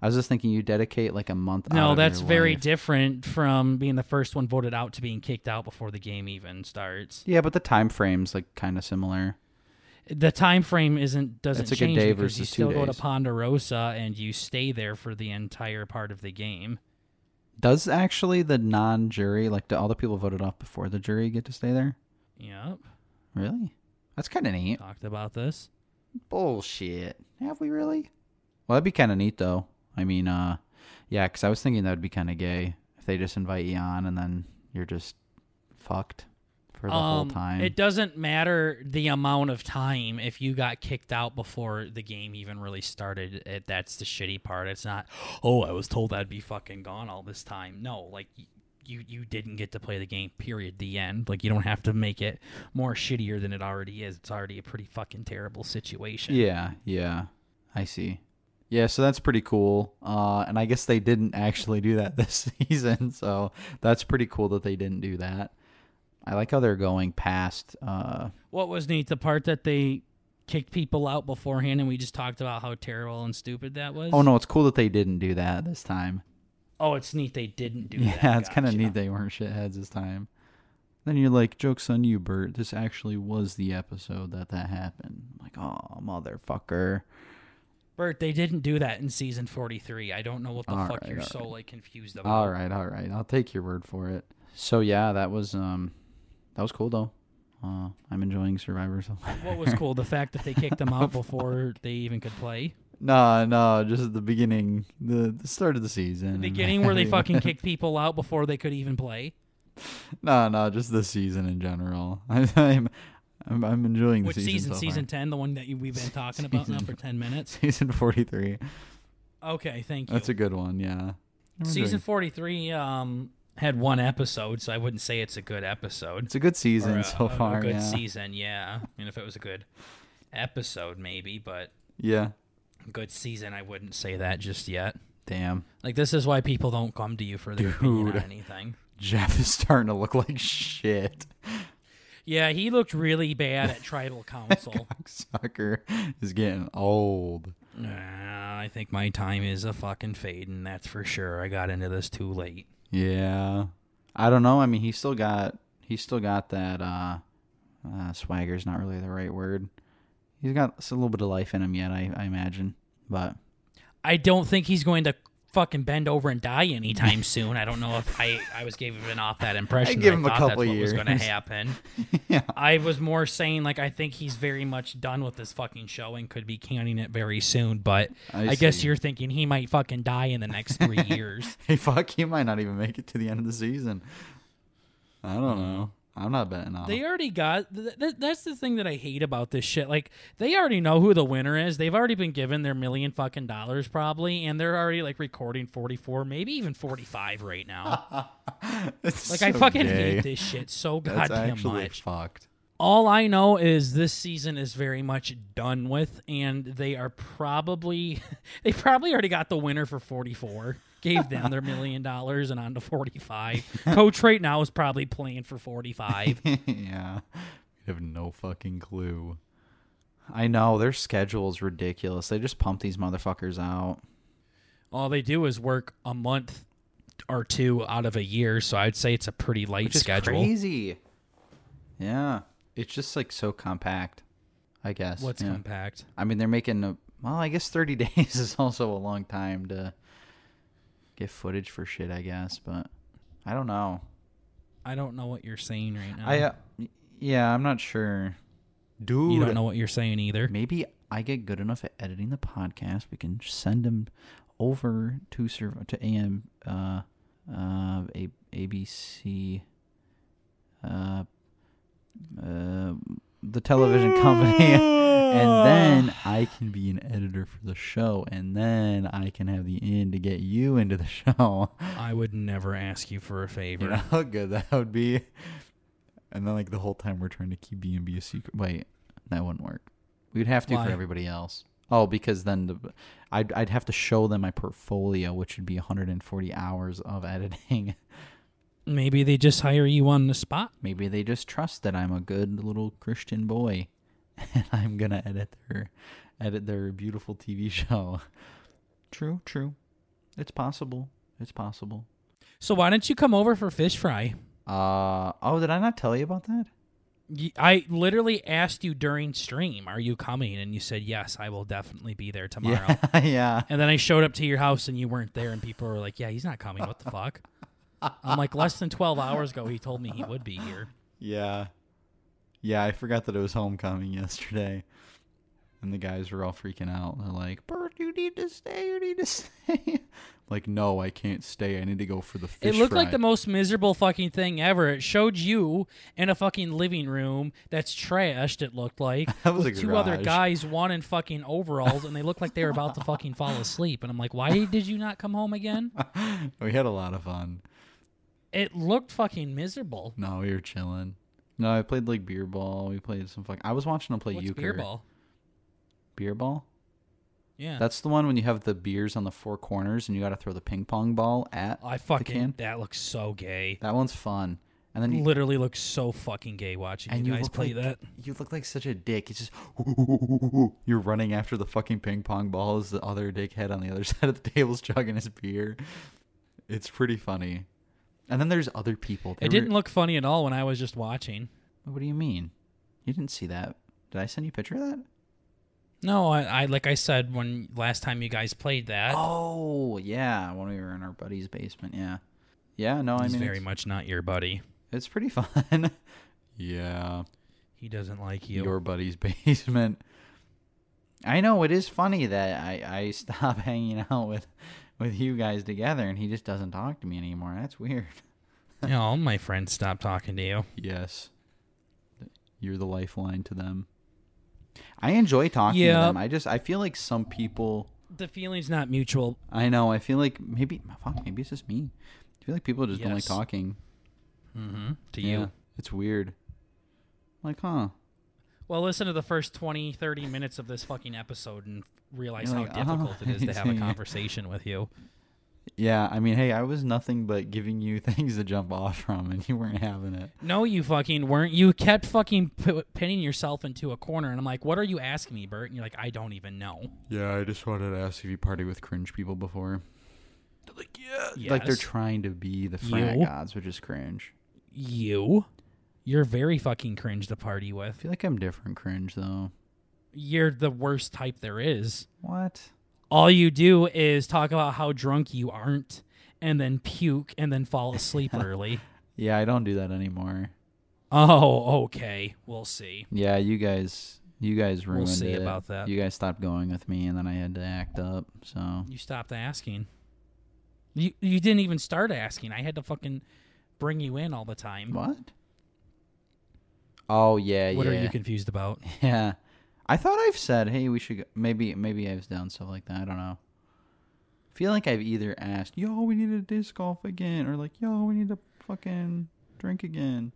I was just thinking you dedicate like a month. out No, of your that's very life. different from being the first one voted out to being kicked out before the game even starts. yeah, but the time frame's like kind of similar. the time frame isn't doesn't It's like a change day because you versus two still go to days. Ponderosa and you stay there for the entire part of the game. Does actually the non-jury like do all the people voted off before the jury get to stay there? Yep, Really? That's kind of neat. talked about this. Bullshit. Have we really? Well, that'd be kind of neat, though. I mean, uh, yeah, because I was thinking that would be kind of gay if they just invite you on and then you're just fucked for the whole um, time. It doesn't matter the amount of time if you got kicked out before the game even really started. It, that's the shitty part. It's not, oh, I was told I'd be fucking gone all this time. No, like y- you you didn't get to play the game. Period. The end. Like you don't have to make it more shittier than it already is. It's already a pretty fucking terrible situation. yeah, yeah. I see. Yeah, so that's pretty cool. Uh, and I guess they didn't actually do that this season, so that's pretty cool that they didn't do that. I like how they're going past. Uh, What was neat? The part that they kicked people out beforehand, and we just talked about how terrible and stupid that was. oh no, it's cool that they didn't do that this time. Oh, it's neat they didn't do that. yeah, it's kind of Gotcha. neat they weren't shitheads this time. Then you're like, jokes on you, Bert. This actually was the episode that that happened. I'm like, oh motherfucker. Bert, they didn't do that in season 43. I don't know what the All fuck right, Uh, you're all so like confused about. All right, all right. I'll take your word for it. So yeah, that was um, that was cool though. Uh, I'm enjoying Survivor so far. What was cool, the fact that they kicked them out before they even could play. No, no, just at the beginning, the, the start of the season. The and beginning where they fucking everything. kicked people out before they could even play, No, no, just the season in general. I'm, I'm, I'm, I'm enjoying the which season. season so season 10, the one that you, we've been talking about now Season- for 10 minutes. far. season 43. Okay, thank you. That's a good one. Yeah. I'm season enjoying- 43 um had one episode, so I wouldn't say it's a good episode. It's a good Or season a- so a- far. A good yeah. season, yeah. I mean, if it was a good episode maybe, but yeah. good season I wouldn't say that just yet. Damn. Like this is why people don't come to you for their opinion on Dude. anything. Jeff is starting to look like shit. Yeah, he looked really bad at tribal council. Oh Sucker is getting old. Nah, I think my time is a fucking fading, that's for sure. I got into this too late. Yeah. I don't know. I mean, he still got he still got that uh, uh swagger's not really the right word. He's got s- a little bit of life in him yet, I, I imagine. But I don't think he's going to fucking bend over and die anytime soon. I don't know if I I was giving off that impression. I'd that give him a thought couple that's what was going years. to happen. yeah. I was more saying like I think he's very much done with this fucking show and could be canning it very soon. But I I guess see. you're thinking he might fucking die in the next three years. Hey, fuck, he might not even make it to the end of the season. I don't know. I'm not betting on They him. already got th- th- that's the thing that I hate about this shit. Like they already know who the winner is. They've already been given their million fucking dollars probably and they're already like recording 44, maybe even 45 right now. It's Like I so fucking gay. hate this shit so That's goddamn actually much. fucked. All I know is this season is very much done with and they are probably they probably already got the winner for 44. Gave them their million dollars and on to 45. Coach right now is probably playing for 45. yeah. We have no fucking clue. I know their schedule is ridiculous. They just pump these motherfuckers out. All they do is work a month or two out of a year, so I'd say it's a pretty light It's schedule. crazy. Yeah. It's just like so compact, I guess. What's yeah. compact? I mean, they're making a, well, I guess 30 days is also a long time to get footage for shit, I guess, but I don't know. I don't know what you're saying right now. I uh, y- yeah, I'm not sure. Dude, you don't know what you're saying either. maybe I get good enough at editing the podcast. We can send them over to serv- to AM uh, uh, A- ABC uh, uh, the television Mm. company. And then I can be an editor for the show, and then I can have the end to get you into the show. I would never ask you for a favor. You know how good that would be. And then like the whole time we're trying to keep B and B a secret. Wait, that wouldn't work. We'd have to Why? for everybody else. Oh, because then the, I'd I'd have to show them my portfolio, which would be 140 hours of editing. Maybe they just hire you on the spot. Maybe they just trust that I'm a good little Christian boy, and I'm gonna edit their edit their beautiful TV show. True, true. It's possible. It's possible. So why don't you come over for fish fry? Uh oh, did I not tell you about that? Y- I literally asked you during stream, "Are you coming?" and you said, "Yes, I will definitely be there tomorrow." Yeah, yeah. And then I showed up to your house and you weren't there, and people were like, "Yeah, he's not coming. What the fuck?" I'm like, less than 12 hours ago, he told me he would be here. Yeah. Yeah, I forgot that it was homecoming yesterday. And the guys were all freaking out. They're like, Bert, you need to stay, you need to stay. like, no, I can't stay. I need to go for the fish. it looked like fry." the most miserable fucking thing ever. It showed you in a fucking living room that's trashed. It looked like That was with a two other garage. guys, one in fucking overalls, and they looked like they were about to fucking fall asleep. And I'm like, why did you not come home again? we had a lot of fun. It looked fucking miserable. No, we were chilling. No, I played like beer ball. We played some fucking. I was watching them play What's euchre. beer ball? Beer ball? Yeah, That's the one when you have the beers on the four corners and you got to throw the ping pong ball at I the fucking can. that looks so gay. That one's fun. And then you, Literally looks so fucking gay watching and you you guys look play like, that. You look like such a dick. It's just you're running after the fucking ping pong ball as the other dickhead on the other side of the table's chugging his beer. It's pretty funny. And then there's other people. They It were- didn't look funny at all when I was just watching. What do you mean? You didn't see that? Did I send you a picture of that? No, I, I like I said when last time you guys played that. Oh yeah, when we were in our buddy's basement. Yeah, yeah. No, I he's mean very it's, much not your buddy. it's pretty fun. yeah, He doesn't like you. your buddy's basement. I know it is funny that I I stop hanging out with with you guys together, and he just doesn't talk to me anymore. That's weird. Yeah, all my friends stopped talking to you. Yes, you're the lifeline to them. I enjoy talking to Yeah. them. I just I feel like some people. The feeling's not mutual. I know. I feel like maybe fuck. Maybe it's just me. I feel like people just don't like Yes. talking. Mm-hmm. To Yeah, you. It's weird. Like, huh? Well, listen to the first 20, 30 minutes of this fucking episode and realize You're how like, oh, difficult it is to have a yeah. conversation with you. Yeah, I mean, hey, I was nothing but giving you things to jump off from, and you weren't having it. No, you fucking weren't. You kept fucking p- pinning yourself into a corner, and I'm like, "What are you asking me, Bert?" And you're like, "I don't even know." Yeah, I just wanted to ask if you party with cringe people before. Like, yeah. Like, they're Yes. trying to be the frat You? gods, which is cringe. You, you're very fucking cringe to party I with. feel like I'm different cringe, though. You're the worst type there is. What? all you do is talk about how drunk you aren't and then puke and then fall asleep early. Yeah, I don't do that anymore. Oh, okay. We'll see. Yeah, you guys, you guys ruined see it. about that. You guys stopped going with me, and then I had to act up. So You stopped asking. You you didn't even start asking. I had to fucking bring you in all the time. what? Oh yeah, What yeah. are you confused about? Yeah. I thought I've said, hey, we should go. maybe maybe I've done stuff like that. I don't know. I feel like I've either asked, yo, we need to disc golf again, or like, yo, we need to fucking drink again.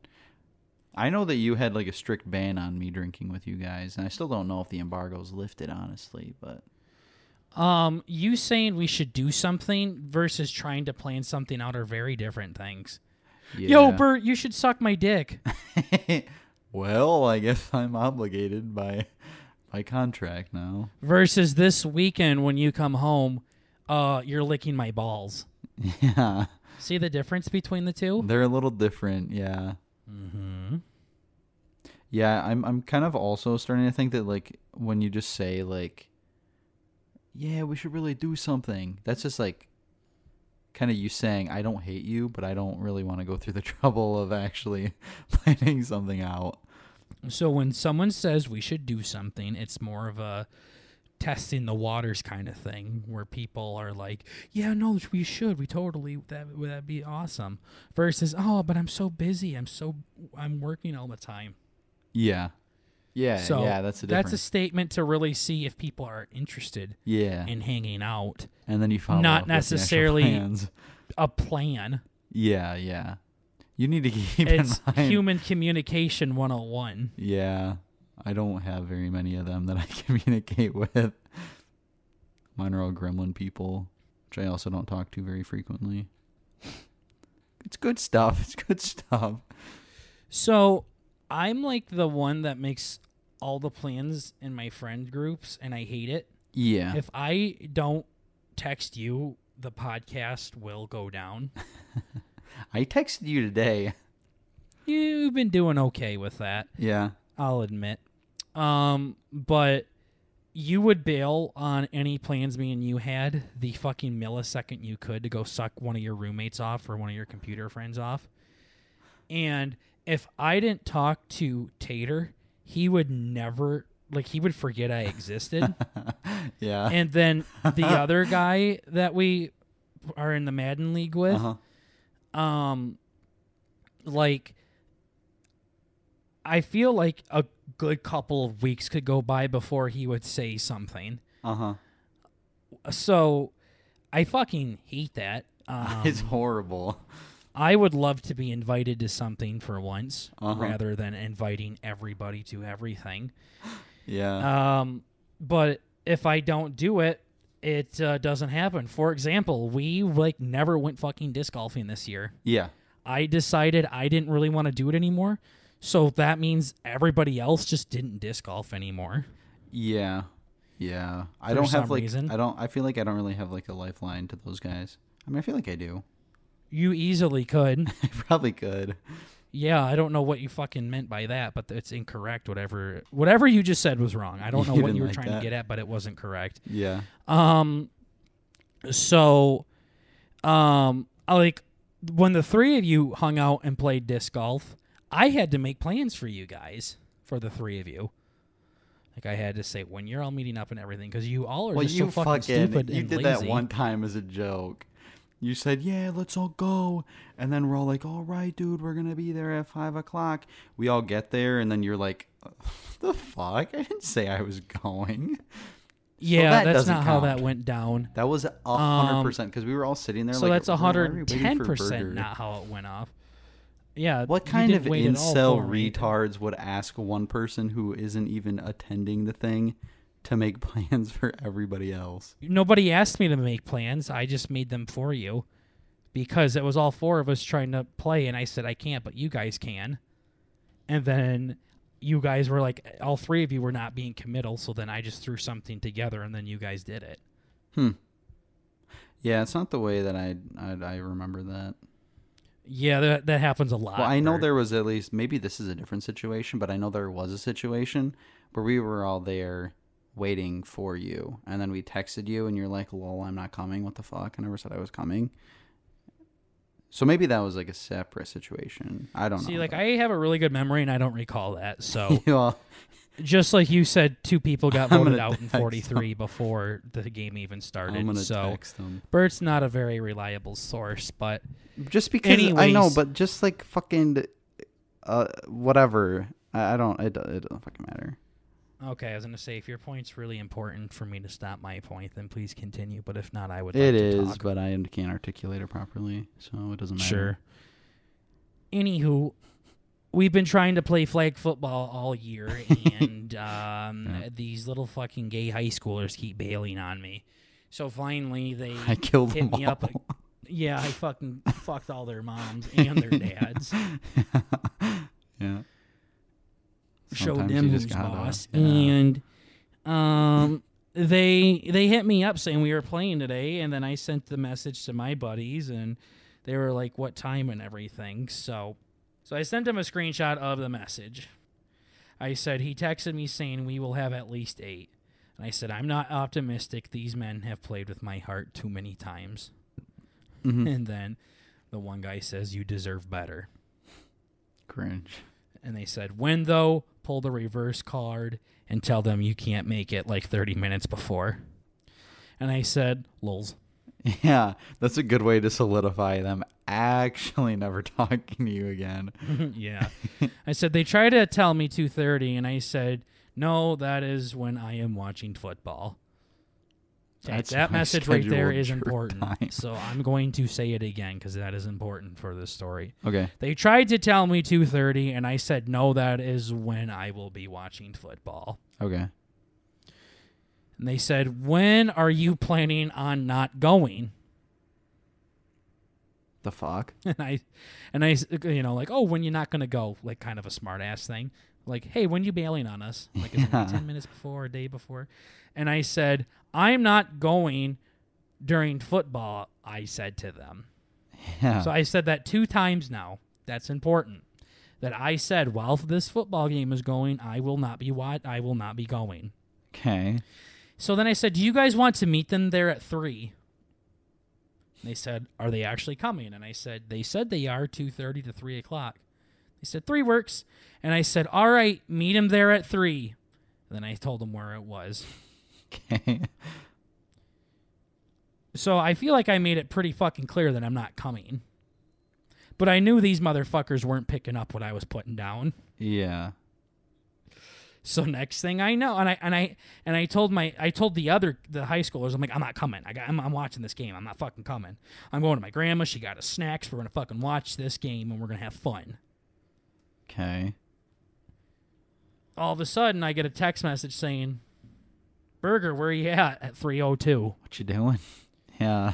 I know that you had like a strict ban on me drinking with you guys, and I still don't know if the embargo's lifted, honestly. But Um, you saying we should do something versus trying to plan something out are very different things. Yo, Yeah. Bert, you should suck my dick. well, I guess I'm obligated by by contract now. versus this weekend when you come home, uh, you're licking my balls. Yeah, See the difference between the two? they're a little different. Yeah. Mm-hmm. Yeah, I'm I'm kind of also starting to think that like when you just say like yeah, we should really do something. That's just like kind of you saying I don't hate you, but I don't really want to go through the trouble of actually planning something out. So when someone says we should do something, it's more of a testing the waters kind of thing where people are like, "Yeah, no, we should. We totally that would that be awesome." Versus, "Oh, but I'm so busy. I'm so I'm working all the time." Yeah. Yeah, so Uh, yeah, that's a that's a difference. statement to really see if people are interested yeah. in hanging out. And then you follow not up with the actual necessarily- plans. A plan. Yeah, yeah. You need to keep It's in mind. human communication 101. Yeah, I don't have very many of them that I communicate with. Mine are all gremlin people, which I also don't talk to very frequently. It's good stuff. It's good stuff. So I'm like the one that makes all the plans in my friend groups, and I hate it. Yeah. If I don't text you, the podcast will go down. I texted you today. You've been doing okay with that, Yeah. I'll admit. Um, but you would bail on any plans me and you had the fucking millisecond you could to go suck one of your roommates off or one of your computer friends off. And if I didn't talk to Tater, he would never like he would forget I existed. yeah. and then the other guy that we are in the Madden League with, uh-huh. um like I feel like a good couple of weeks could go by before he would say something. Uh-huh. So I fucking hate that. Um, it's horrible. I would love to be invited to something for once Uh-huh. rather than inviting everybody to everything. Yeah. Um, but if I don't do it, it uh, doesn't happen. For example, we like never went fucking disc golfing this year. yeah. I decided I didn't really want to do it anymore. So that means everybody else just didn't disc golf anymore. Yeah. Yeah. I For don't have some like reason. I don't I feel like I don't really have like a lifeline to those guys. I mean, I feel like I do. You easily could. I probably could. Yeah, I don't know what you fucking meant by that, but it's incorrect. Whatever, whatever you just said was wrong. I don't know You what didn't you were like trying that. to get at, but it wasn't correct. Yeah. Um, so, um, I like when the three of you hung out and played disc golf, I had to make plans for you guys, for the three of you. Like I had to say when you're all meeting up and everything, because you all are Well, just you so fucking, stupid you and did lazy. that one time as a joke. You said, "Yeah, let's all go," and then we're all like, "All right, dude, we're gonna be there at five o'clock." We all get there, and then you're like, "The fuck! I didn't say I was going." Yeah, that that's doesn't not how that count. went down. That was a hundred percent because we were all sitting there. Um, So like, that's "Bro, that's why are we hundred waiting for ten percent Burger?" not how it went off. Yeah. What you kind didn't of wait at all incel for me. retards would ask one person who isn't even attending the thing to make plans for everybody else? Nobody asked me to make plans. I just made them for you because it was all four of us trying to play, and I said, I can't, but you guys can. And then you guys were like, all three of you were not being committal, so then I just threw something together, and then you guys did it. Yeah, it's not the way that I I, I remember that. Yeah, that, that happens a lot. Well, I know Bert. there was at least maybe this is a different situation, but I know there was a situation where we were all there waiting for you, and then we texted you, and you're like, "Lol, I'm not coming. What the fuck? I never said I was coming." So maybe that was like a separate situation. I don't See, know. like, I have a really good memory, and I don't recall that. So well, just like you said, two people got I'm voted gonna out in text 43 before the game even I'm started. gonna So text them. Bert's not a very reliable source, but just because I know, Anyways. but just like fucking, uh, whatever. I, I don't. It, it doesn't fucking matter. Okay, I was gonna say if your point's really important for me to stop my point, then please continue. But if not, I would. It like is, To talk. but I can't articulate it properly, so it doesn't matter. Sure. Anywho, we've been trying to play flag football all year, and um, Yeah. these little fucking gay high schoolers keep bailing on me. So finally, they I killed hit them me all. up. Yeah, I fucking fucked all their moms and their dads. yeah. showed Sometimes them you just who's gotta- boss, yeah. and um, they they hit me up saying we were playing today, and then I sent the message to my buddies, and they were like, "What time?" and everything. So, so I sent them a screenshot of the message. I said he texted me saying we will have at least eight, and I said I'm not optimistic. These men have played with my heart too many times, Mhm. and then the one guy says you deserve better. Cringe. and they said when though pull the reverse card and tell them you can't make it like 30 minutes before and i said lols Yeah, that's a good way to solidify them actually never talking to you again. yeah i said they try to tell me 2.30 and i said no that is when i am watching football Okay, That's that my message right there scheduled is jerk important time. so i'm going to say it again because that is important for this story Okay. they tried to tell me 2.30 and i said no that is when i will be watching football Okay. And they said, When are you planning on not going? The fuck? And I, and I, s- you know, like, oh, when you're not going to go, like kind of a smart ass thing. Like, hey, when you bailing on us? Like, is it like Yeah. 10 minutes before, a day before? And I said, I'm not going during football, I said to them. Yeah. So I said that two times now. That's important. That I said, while this football game is going, I will not be what I will not be going. okay. So then I said, Do you guys want to meet them there at three? And they said, Are they actually coming? And I said, They said they are two thirty to three o'clock. They said three works. And I said, All right, meet them there at three. And then I told him where it was. Okay. So I feel like I made it pretty fucking clear that I'm not coming. But I knew these motherfuckers weren't picking up what I was putting down. Yeah. So next thing I know, and I and I and I told my I told the other the high schoolers, I'm like, I'm not coming. I got, I'm, I'm watching this game. I'm not fucking coming. I'm going to my grandma. She got us snacks. We're gonna fucking watch this game and we're gonna have fun. Okay. All of a sudden, I get a text message saying, "Burger, where you at?" At 3:02. What you doing? Yeah.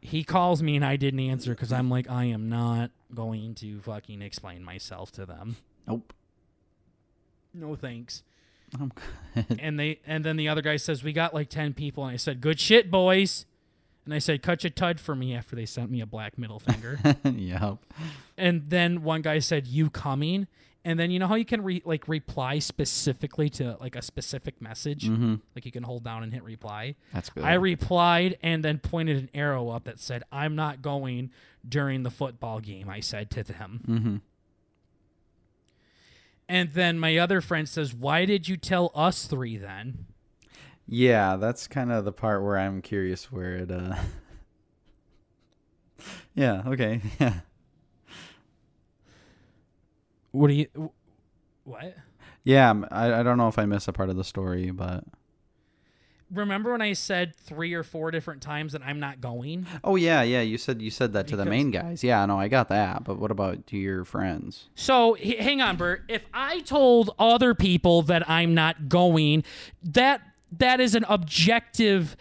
He calls me and I didn't answer because I'm like, I am not going to fucking explain myself to them. Nope. No thanks. I'm good. and they and then the other guy says we got like 10 people and i said good shit boys and i said cut your tud for me after they sent me a black middle finger yep. and then one guy said you coming and then you know how you can re- like reply specifically to like a specific message Mhm. like you can hold down and hit reply That's good. i replied and then pointed an arrow up that said i'm not going during the football game i said to them mm-hmm. and then my other friend says why did you tell us three then Yeah, that's kind of the part where I'm curious where it uh Yeah, okay. Yeah. what do you wh- what Yeah, I'm- I I don't know if I missed a part of the story, but remember when I said three or four different times that I'm not going? Oh yeah, yeah, you said you said that to the Because- main guys. Yeah, no, I got that. But what about to your friends? So h- hang on, Bert. If I told other people that I'm not going, that that is an objective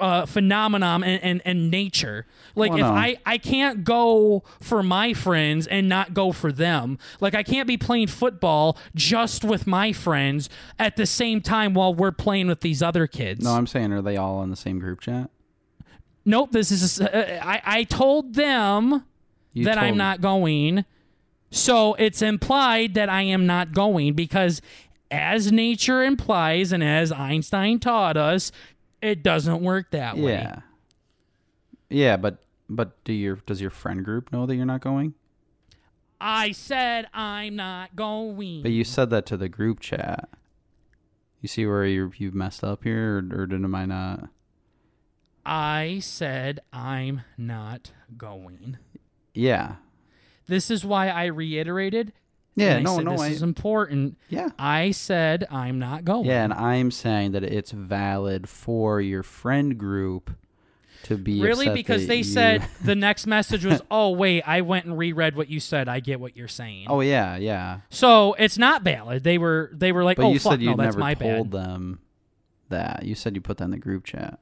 uh, phenomenon and, and, and nature. Like Well, if no. I I can't go for my friends and not go for them. Like I can't be playing football just with my friends at the same time while we're playing with these other kids. No, I'm saying are they all in the same group chat? nope. This is uh, I I told them. You that I'm told- not going. So it's implied that I am not going because, as nature implies, and as Einstein taught us, it doesn't work that way. Yeah. Yeah, but but do your does your friend group know that you're not going? I said I'm not going. But you said that to the group chat. You see where you you messed up here, or, or did am I not? I said I'm not going. Yeah, This is why I reiterated. and yeah, I no, said no, this I, is important. yeah, I said I'm not going. yeah, and I'm saying that it's valid for your friend group to be Really? upset Because that they you- said the next message was, oh, wait, I went and reread what you said. I get what you're saying. oh yeah, yeah, So it's not valid. They were they were like, but oh you fuck, said you no, that's never my told bad. them that. You said you put that in the group chat.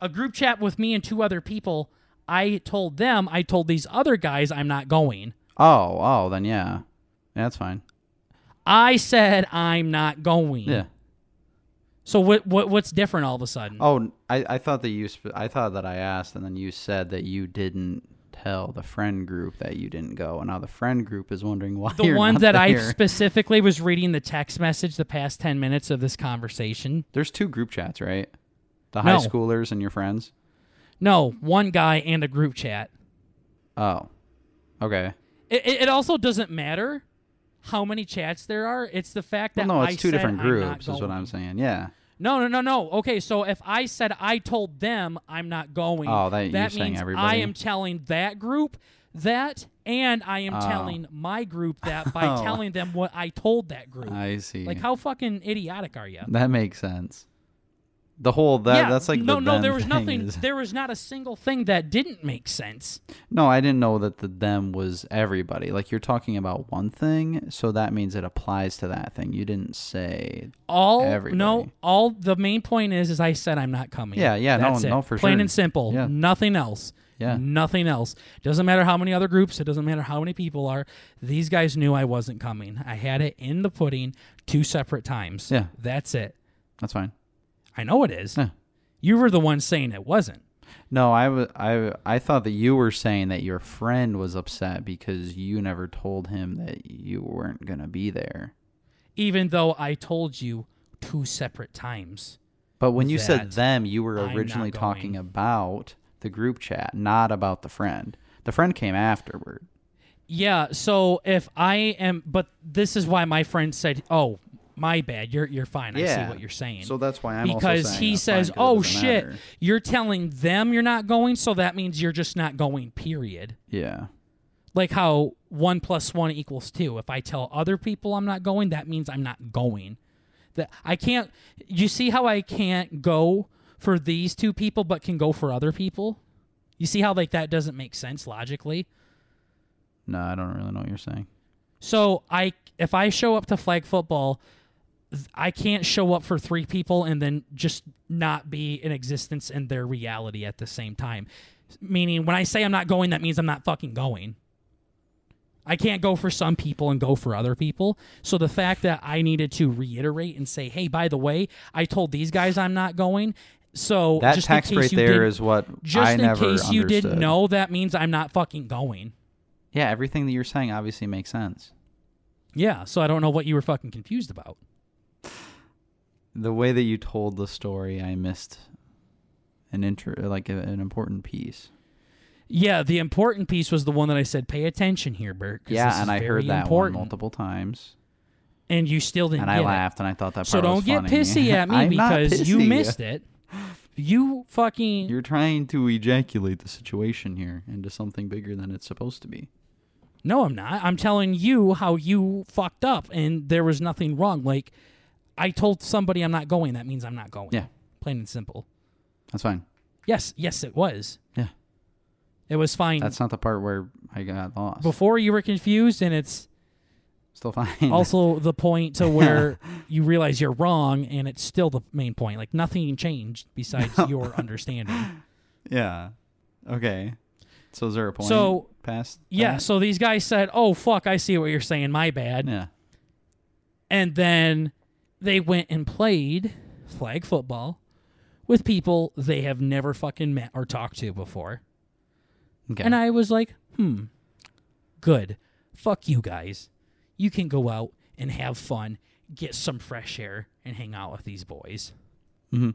A group chat with me and two other people. I told them, I told these other guys, I'm not going. Oh, oh, then yeah, that's fine. I said I'm not going. Yeah. So what what what's different all of a sudden? Oh, I, I thought that you. Sp- I thought that I asked, and then you said that you didn't tell the friend group that you didn't go, and now the friend group is wondering why. the you're one not that I there. specifically was reading the text message the past ten minutes of this conversation. There's two group chats, right? The high No. schoolers and your friends. No, one guy and a group chat. Oh, okay. It, it, it also doesn't matter how many chats there are. It's the fact Well, that no, it's I two said different I'm not groups, is what going. I'm saying. Yeah. No, no, no, no. Okay, so if I said I told them I'm not going, Oh, that- you're saying means I everybody? am telling that group that, and I am Oh. telling my group that by Oh. telling them what I told that group. I see. like, how fucking idiotic are you? that makes sense. The whole that yeah, that's like no, the no. them There was thing nothing. is- There was not a single thing that didn't make sense. No, I didn't know that the them was everybody. Like you're talking about one thing, so that means it applies to that thing. You didn't say All no, Everybody. all the main point is, is I said I'm not coming. Yeah, yeah, no, That's it. no, for Plain sure. and simple. Yeah. Nothing else. Yeah. Nothing else. Doesn't matter how many other groups. It doesn't matter how many people are. These guys knew I wasn't coming. I had it in the pudding two separate times. Yeah. That's it. that's fine. I know it is. Yeah. You were the one saying it wasn't. No, I wa- I I thought that you were saying that your friend was upset because you never told him that you weren't gonna be there. Even though I told you two separate times. But when you said That them, you were I'm not originally talking going. about the group chat, not about the friend. The friend came afterward. Yeah, so if I am but this is why my friend said, "Oh, My bad. You're you're fine. I Yeah. see what you're saying. So that's why I'm also because saying he that's fine, says, 'cause it "Oh doesn't shit, matter." you're telling them you're not going, so that means you're just not going." Period. Yeah. Like how one plus one equals two. If I tell other people I'm not going, that means I'm not going. That I can't. You see how I can't go for these two people, but can go for other people. You see how like that doesn't make sense logically. No, I don't really know what you're saying. So I if I show up to flag football, th- I can't show up for three people and then just not be in existence in their reality at the same time. Meaning when I say I'm not going, that means I'm not fucking going. I can't go for some people and go for other people. So the fact that I needed to reiterate and say, "Hey, by the way, I told these guys I'm not going." So That just in text case right you there didn't- is what just I in never case you didn't understood. know, that means I'm not fucking going. Yeah, everything that you're saying obviously makes sense. Yeah, so I don't know what you were fucking confused about. The way that you told the story, I missed an inter like a, an important piece. Yeah, the important piece was the one that I said, "Pay attention here, Bert." 'cause this Yeah, is and I very heard that important." one multiple times, and you still didn't. and get I it. laughed, and I thought that. So part don't was get funny. pissy at me I'm not because you pissy. missed it. You fucking. You're trying to ejaculate the situation here into something bigger than it's supposed to be. no, I'm not. I'm telling you how you fucked up, and there was nothing wrong. Like, I told somebody I'm not going. That means I'm not going. Yeah. plain and simple. That's fine. Yes, yes, it was. Yeah. It was fine That's not the part where I got lost. before you were confused, and it's Still fine. also the point to where you realize you're wrong and it's still the main point like nothing changed besides your understanding yeah. Okay. So is there a point? So, past. yeah that? so these guys said oh fuck i see what you're saying my bad Yeah. and then they went and played flag football with people they have never fucking met or talked to before Okay. and i was like hmm good fuck you guys you can go out and have fun get some fresh air and hang out with these boys hmm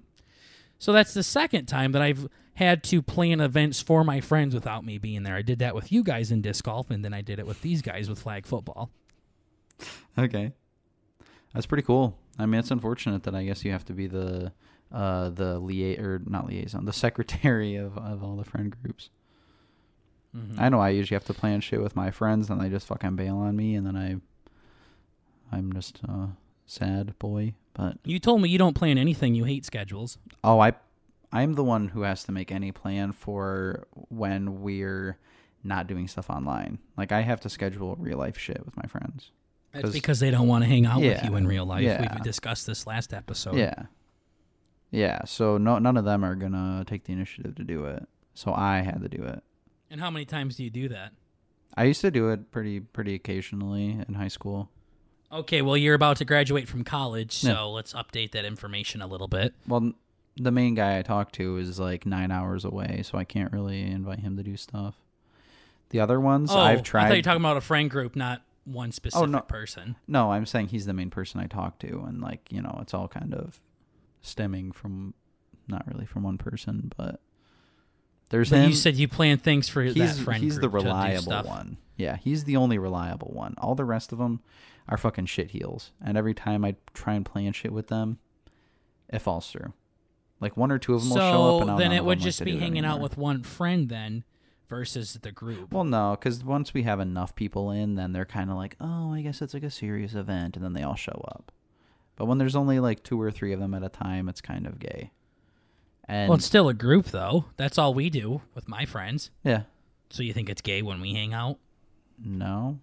So that's the second time that I've had to plan events for my friends without me being there. I did that with you guys in disc golf, and then I did it with these guys with flag football. Okay. That's pretty cool. I mean, it's unfortunate that I guess you have to be the uh the lia or not liaison, the secretary of of all the friend groups. I know I usually have to plan shit with my friends, and they just fucking bail on me, and then I, I'm just a sad boy. But You told me you don't plan anything. You hate schedules. oh, I, I'm the one who has to make any plan for when we're not doing stuff online. Like I have to schedule real life shit with my friends. That's 'Cause- because they don't want to hang out with Yeah. you in real life. Yeah. We discussed this last episode. Yeah. Yeah. So no, none of them are gonna take the initiative to do it. So I had to do it. And how many times do you do that? I used to do it pretty pretty occasionally in high school. Okay, well, you're about to graduate from college, so Yeah. let's update that information a little bit. Well, n- the main guy I talked to is like nine hours away, so I can't really invite him to do stuff. The other ones oh, I've I tried. Oh, thought you were talking about a friend group, not one specific no. person. no, I'm saying he's the main person I talked to, and like you know, it's all kind of stemming from not really from one person, but there's But him. you said you plan things for he's, that friend he's group the to do reliable stuff. one. Yeah, he's the only reliable one. All the rest of them are fucking shit heels. And every time I try and plan shit with them, it falls through. Like one or two of them will show up, So and I'll then not it would like just to be do it hanging out anymore. with one friend then versus the group. Well, no, because once we have enough people in, then they're kind of like, oh, I guess it's like a serious event, and then they all show up. But when there's only like two or three of them at a time, it's kind of gay. And Well, it's still a group though. That's all we do with my friends. yeah, So you think it's gay when we hang out? no,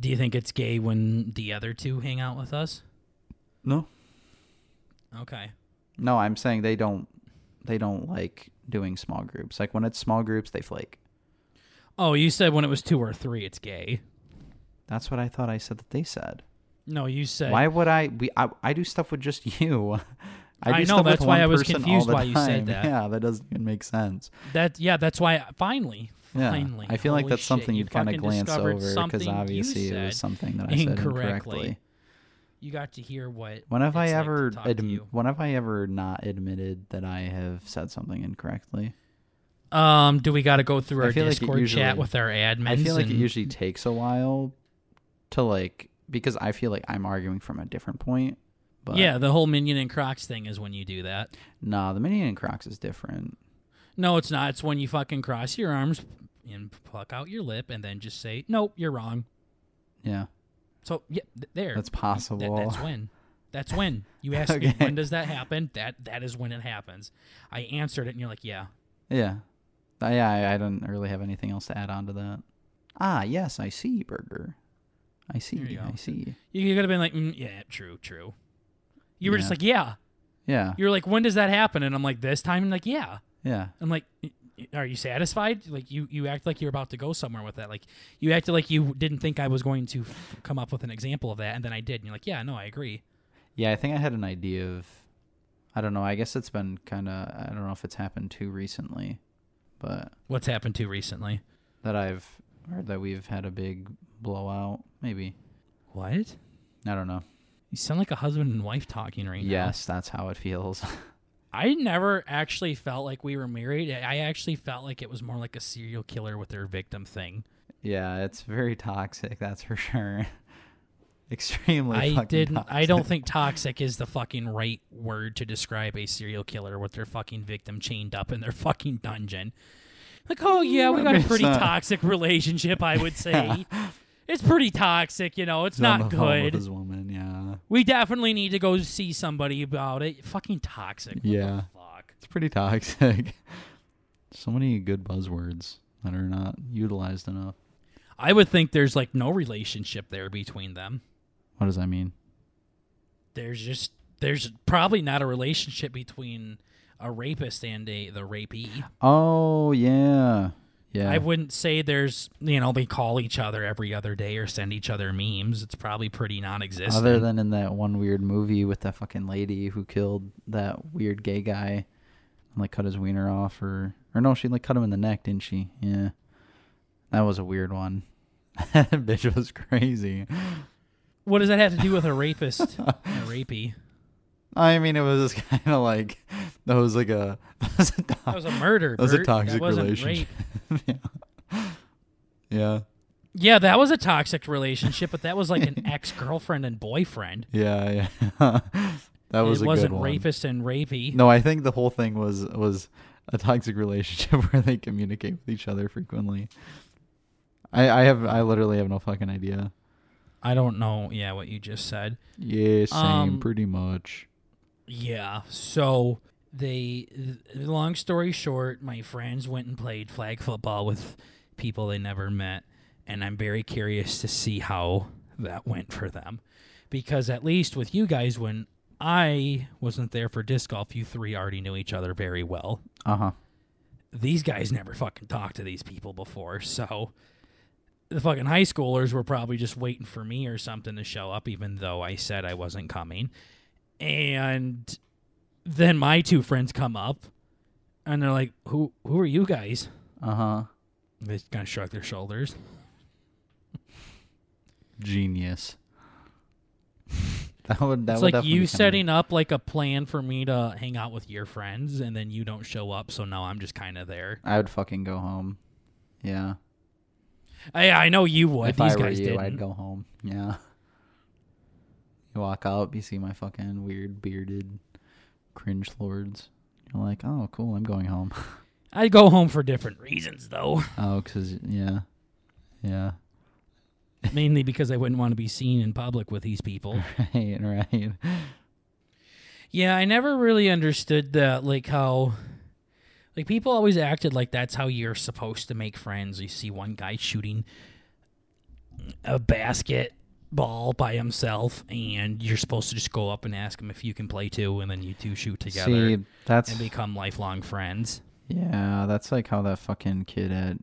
Do you think it's gay when the other two hang out with us? no, Okay. No, I'm saying they don't they don't like doing small groups. Like when it's small groups, they flake. Oh, you said when it was two or three, it's gay. That's what I thought I said that they said. No, you said. Why would I we I, I do stuff with just you. I know, stuff with that's why one I was person all confused the why you said time. that. Yeah, that doesn't even make sense. That yeah, that's why. Finally, Yeah. finally. I feel like Holy that's shit, something you you'd kind fucking of glance discovered over something because you obviously it said. was something that I said incorrectly. incorrectly. You got to hear what. When have I it's like to ever talk to adm- you. when have I ever not admitted that I have said something incorrectly? Um, do we got to go through I our feel like it Discord chat usually- with our admins? I feel like it and- usually takes a while to like because I feel like I'm arguing from a different point But yeah, the whole Minion and Crocs thing is when you do that. nah, the Minion and Crocs is different. No, it's not. It's when you fucking cross your arms and pluck out your lip and then just say, nope, you're wrong. Yeah, So, yeah, th- there. that's That- possible. that's when. That's when. You asked me, Okay. when does that happen? That That is when it happens. I answered it, and you're like, yeah. yeah, Uh, yeah. I, I don't really have anything else to add on to that. Ah, yes, I see, Burger. I There you see. go. I see. You could have been like, mm, yeah, true, true. You were just Yeah. like, yeah. Yeah, You're like, when does that happen? And I'm like, this time? And like, yeah. yeah, I'm like, "Y- y- are you satisfied? Like, you, you act like you're about to go somewhere with that. Like, you acted like you didn't think I was going to f- come up with an example of that, and then I did. And you're like, yeah, no, I agree. yeah. I think I had an idea of. I don't know. I guess it's been kind of. I don't know if it's happened too recently, but What's happened to recently? that I've heard that we've had a big blowout. Maybe What? I don't know. You sound like a husband and wife talking right now. Yes, that's how it feels. I never actually felt like we were married. I I actually felt like it was more like a serial killer with their victim thing. yeah, it's very toxic. That's for sure. Extremely. I fucking didn't. I toxic. don't think toxic is the fucking right word to describe a serial killer with their fucking victim chained up in their fucking dungeon. Like, oh yeah, we got a It's pretty not- toxic relationship. I would say it's pretty toxic. You know, it's He's on not the phone with good. This woman. Yeah, We definitely need to go see somebody about it. Fucking toxic. What the Yeah. fuck. it's pretty toxic. so many good buzzwords that are not utilized enough. I would think there's like no relationship there between them. What does that mean? there's just there's probably not a relationship between a rapist and a the rapee. Oh yeah, yeah. I wouldn't say there's you know they call each other every other day or send each other memes. It's probably pretty non-existent. Other than in that one weird movie with that fucking lady who killed that weird gay guy and like cut his wiener off or or no, she like cut him in the neck, didn't she? Yeah. That was a weird one. that bitch was crazy. what does that have to do with a rapist and a rapee? I mean it was just kinda like that was like a that was a, That to- was a murder. that was a Bert. toxic that wasn't relationship. Rape. yeah. yeah. Yeah, that was a toxic relationship, but that was like an ex-girlfriend and boyfriend. Yeah, yeah. that was it a wasn't good one. rapist and rapee. No, I think the whole thing was was a toxic relationship where they communicate with each other frequently. I I have I literally have no fucking idea. I don't know. Yeah, what you just said. Yeah, same Um, pretty much. Yeah. So they, th- long story short, my friends went and played flag football with people they never met, and I'm very curious to see how that went for them, because at least with you guys, when I wasn't there for disc golf, you three already knew each other very well. Uh huh. These guys never fucking talked to these people before, so. The fucking high schoolers were probably just waiting for me or something to show up, even though I said I wasn't coming and then my two friends come up and they're like who who are you guys Uh uh-huh. huh. they kind of shrug their shoulders Genius. that would that it's would like definitely you be setting up like a plan for me to hang out with your friends and then you don't show up so now i'm just kind of there I would fucking go home. Yeah. i, I know you would if these I were guys you, didn't I'd go home. Yeah. You walk up, you see my fucking weird bearded cringe lords. You're like, oh, cool, I'm going home. i'd go home for different reasons though Oh, cause yeah, yeah, mainly because i wouldn't want to be seen in public with these people right, right. Yeah, I never really understood that, like how, like people always acted like that's how you're supposed to make friends. You see one guy shooting a basket ball by himself, and you're supposed to just go up and ask him if you can play too, and then you two shoot together See, that's and become lifelong friends. yeah, that's like how that fucking kid at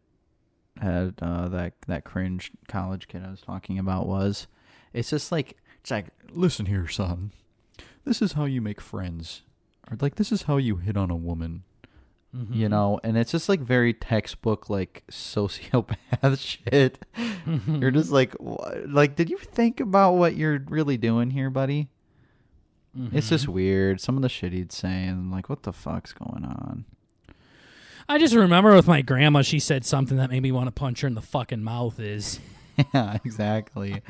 had uh, that that cringe college kid I was talking about was. It's just like it's like Listen here, son. This is how you make friends. Or like this is how you hit on a woman. you know, and it's just like very textbook like sociopath shit. You're just like wha- like, did you think about what you're really doing here, buddy? It's just weird. Some of the shit he'd say, and like, what the fuck's going on? I just remember with my grandma, she said something that made me want to punch her in the fucking mouth. Is Yeah, exactly.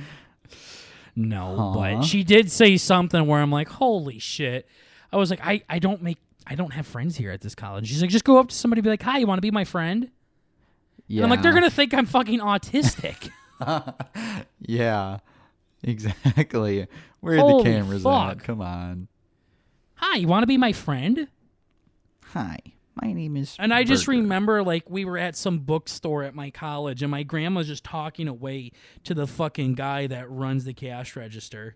No, Aw. but she did say something where I'm like, holy shit. I was like, I, I don't make, I don't have friends here at this college. She's like, just go up to somebody and be like, hi, you want to be my friend? Yeah. And I'm like, they're going to think I'm fucking autistic. Yeah. Exactly. Where are the Holy cameras fuck. at? Come on. hi, you want to be my friend? Hi, my name is. And I just Burger. remember like we were at some bookstore at my college and my grandma's just talking away to the fucking guy that runs the cash register.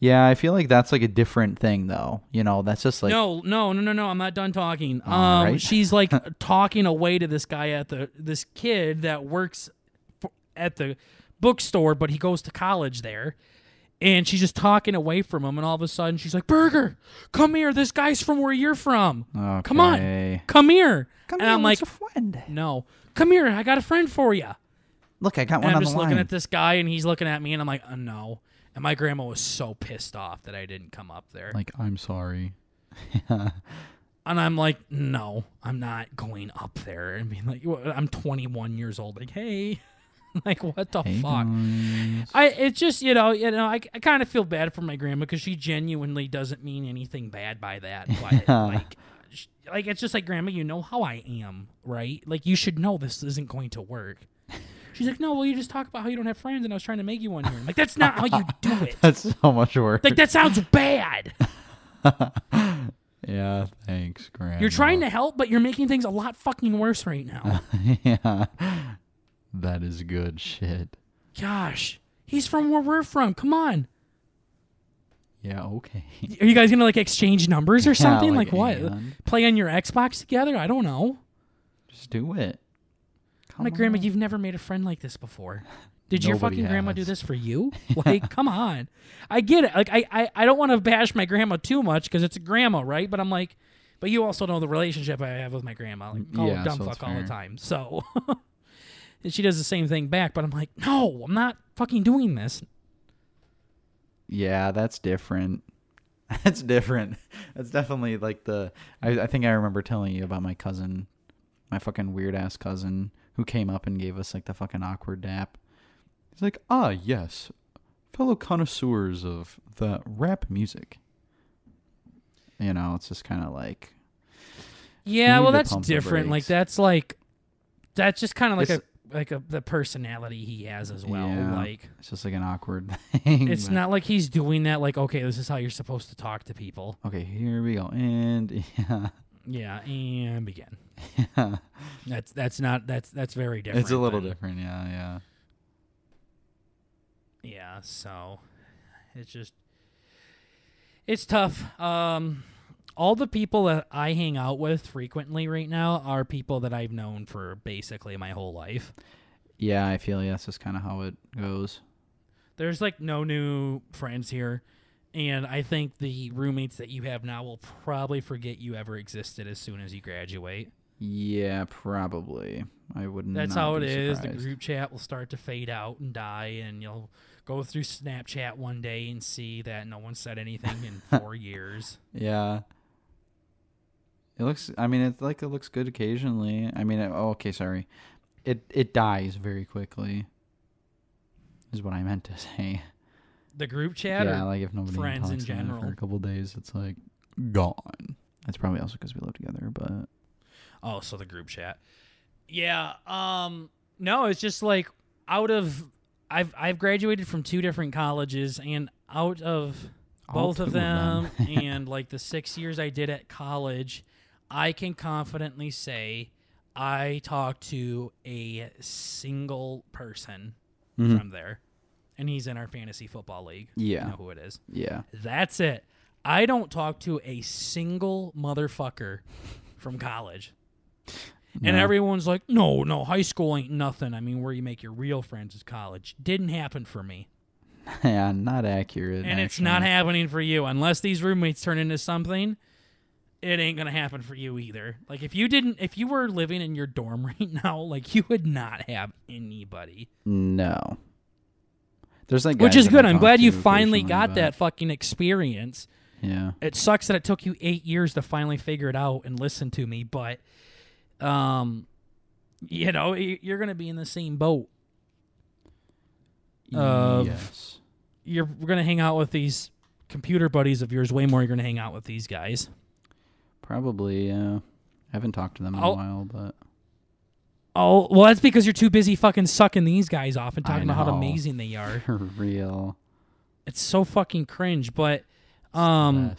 Yeah, I feel like that's like a different thing, though. You know, that's just like. no, no, no, no, no. I'm not done talking. All Um, right. she's like talking away to this guy at the this kid that works for, at the bookstore, but he goes to college there. And she's just talking away from him, and all of a sudden she's like, "Burger, come here! This guy's from where you're from. Come on, Okay. come here!" Come and here, I'm like, it's a friend. "No, come here! I got a friend for you." Look, I got one And I'm on just the looking line. at this guy, and he's looking at me, and I'm like, uh "No." And my grandma was so pissed off that I didn't come up there. Like, I'm sorry. And I'm like, no, I'm not going up there. I mean, like, wha- I'm 21 years old. Like, hey, like, what the Hey, fuck? guys. I it's just you know you know I, I kind of feel bad for my grandma because she genuinely doesn't mean anything bad by that. But like, sh- like it's just like grandma, you know how I am, right? Like you should know this isn't going to work. She's like, no, well, you just talk about how you don't have friends, and I was trying to make you one here. I'm like, that's not how you do it. That's so much work. Like that sounds bad. Yeah, thanks, Grandma. You're trying to help, but you're making things a lot fucking worse right now. yeah. That is good shit. Gosh, he's from where we're from. Come on. Yeah, okay. Are you guys gonna like exchange numbers or something? like, like, what? and? Play on your Xbox together? I don't know. Just do it. I'm like, Grandma, you've never made a friend like this before. Did your Nobody fucking grandma do has. this for you? Like, come on. I get it. Like, I, I, I don't want to bash my grandma too much because it's a grandma, right? But I'm like, but you also know the relationship I have with my grandma. Like, call Yeah, her dumb so it's fuck all the fair. time. So, and she does the same thing back. But I'm like, no, I'm not fucking doing this. Yeah, that's different. That's different. That's definitely like the. I, I think I remember telling you about my cousin, my fucking weird ass cousin who came up and gave us like the fucking awkward dap. He's like, ah, yes, fellow connoisseurs of the rap music. You know, it's just kind of like Yeah, need well, to that's pump the different. Like brakes. that's like that's just kind of like It's- a like a the personality he has as well. Yeah. Like it's just like an awkward thing. it's but- not like he's doing that. Like okay, this is how you're supposed to talk to people. Okay, here we go. And yeah, Yeah, and begin. That's that's not that's that's very different. it's a little than- different, yeah, yeah. Yeah, so it's just it's tough. Um, all the people that I hang out with frequently right now are people that I've known for basically my whole life. yeah, I feel yeah, that's just kind of how it goes. there's like no new friends here and i think the roommates that you have now will probably forget you ever existed as soon as you graduate Yeah, probably. I would that's not how it be is the surprised. group chat will start to fade out and die and you'll go through snapchat one day and see that no one said anything in four years Yeah. It looks. I mean, it's like it looks good occasionally. I mean, it, oh, okay, sorry. It it dies very quickly. Is what I meant to say. the group chat yeah, or like if nobody friends in talks about it general. for For a couple days, it's like gone. That's probably also because we live together, but Oh, so the group chat. Yeah. Um. No, it's just like out of I've I've graduated from two different colleges, and out of All both two of of them, them. and like the six years I did at college, I can confidently say I talked to a single person Mhm. from there, and he's in our fantasy football league. Yeah. you know who it is. yeah, That's it. I don't talk to a single motherfucker from college. And No. everyone's like, no, no, high school ain't nothing. I mean, where you make your real friends is college. Didn't happen for me. yeah, not accurate. and it's not actually. happening for you. Unless these roommates turn into something, it ain't going to happen for you either. Like, if you didn't, if you were living in your dorm right now, like, you would not have anybody. no. There's like Which is guys that I good. I'm talk glad you to finally occasionally, got but- that fucking experience. Yeah, it sucks that it took you eight years to finally figure it out and listen to me, but um, you know, y- you're gonna be in the same boat. Of- yes. you're going to hang out with these computer buddies of yours way more. You're going to hang out with these guys. Probably, yeah. I haven't talked to them in I'll- a while, but Oh, well, that's because you're too busy fucking sucking these guys off and I talking about how know. amazing they are. for real. It's so fucking cringe. But Um, um,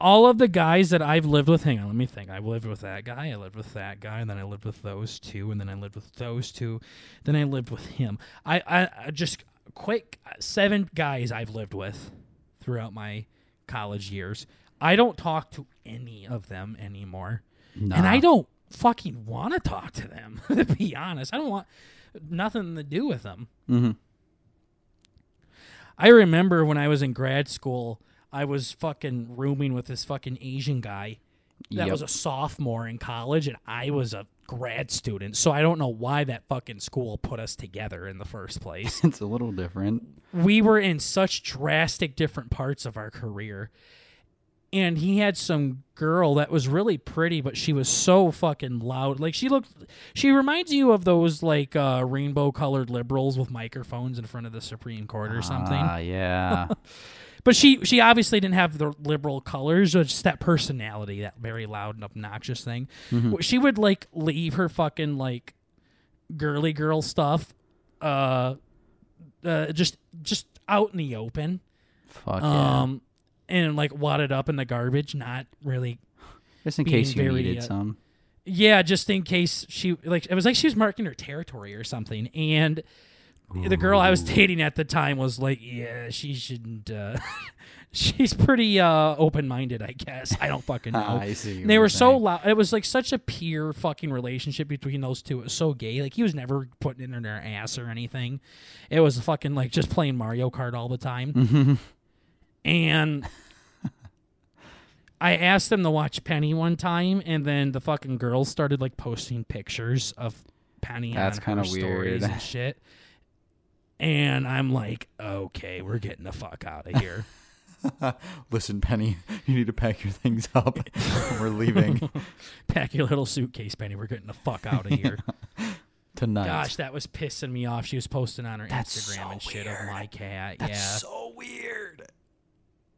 all of the guys that I've lived with, hang on, let me think. I've lived with that guy, I lived with that guy, and then I lived with those two, and then I lived with those two, then I lived with him. I, I, I just quick uh, seven guys I've lived with throughout my college years. I don't talk to any of them anymore, and I don't fucking want to talk to them. to be honest, I don't want nothing to do with them. hmm I remember when I was in grad school, I was fucking rooming with this fucking Asian guy that Yep. was a sophomore in college, and I was a grad student. So I don't know why that fucking school put us together in the first place. it's a little different. we were in such drastic different parts of our career. And he had some girl that was really pretty, but she was so fucking loud. Like she looked, she reminds you of those like uh, rainbow-colored liberals with microphones in front of the Supreme Court or something. Ah, yeah. But she she obviously didn't have the liberal colors, just that personality, that very loud and obnoxious thing. Wh- She would like leave her fucking like girly girl stuff, uh, uh just just out in the open, Fuck yeah. um, and like wadded up in the garbage, not really. Just in being case you very, needed uh, some. Yeah, just in case she like it was like she was marking her territory or something, and the girl I was dating at the time was like, yeah, she shouldn't. Uh, she's pretty uh, open minded, I guess. I don't fucking know. I see. they were so loud. It was like such a pure fucking relationship between those two. It was so gay. Like he was never putting it in their ass or anything. It was fucking like just playing Mario Kart all the time. And I asked them to watch Penny one time, and then the fucking girls started like posting pictures of Penny. That's kind kinda of weird. and shit. And I'm like, okay, we're getting the fuck out of here. Listen, Penny, you need to pack your things up. We're leaving Pack your little suitcase, Penny. We're getting the fuck out of here. tonight. Gosh, that was pissing me off. She was posting on her That's Instagram so and shit of weird. my cat. That's yeah. so weird.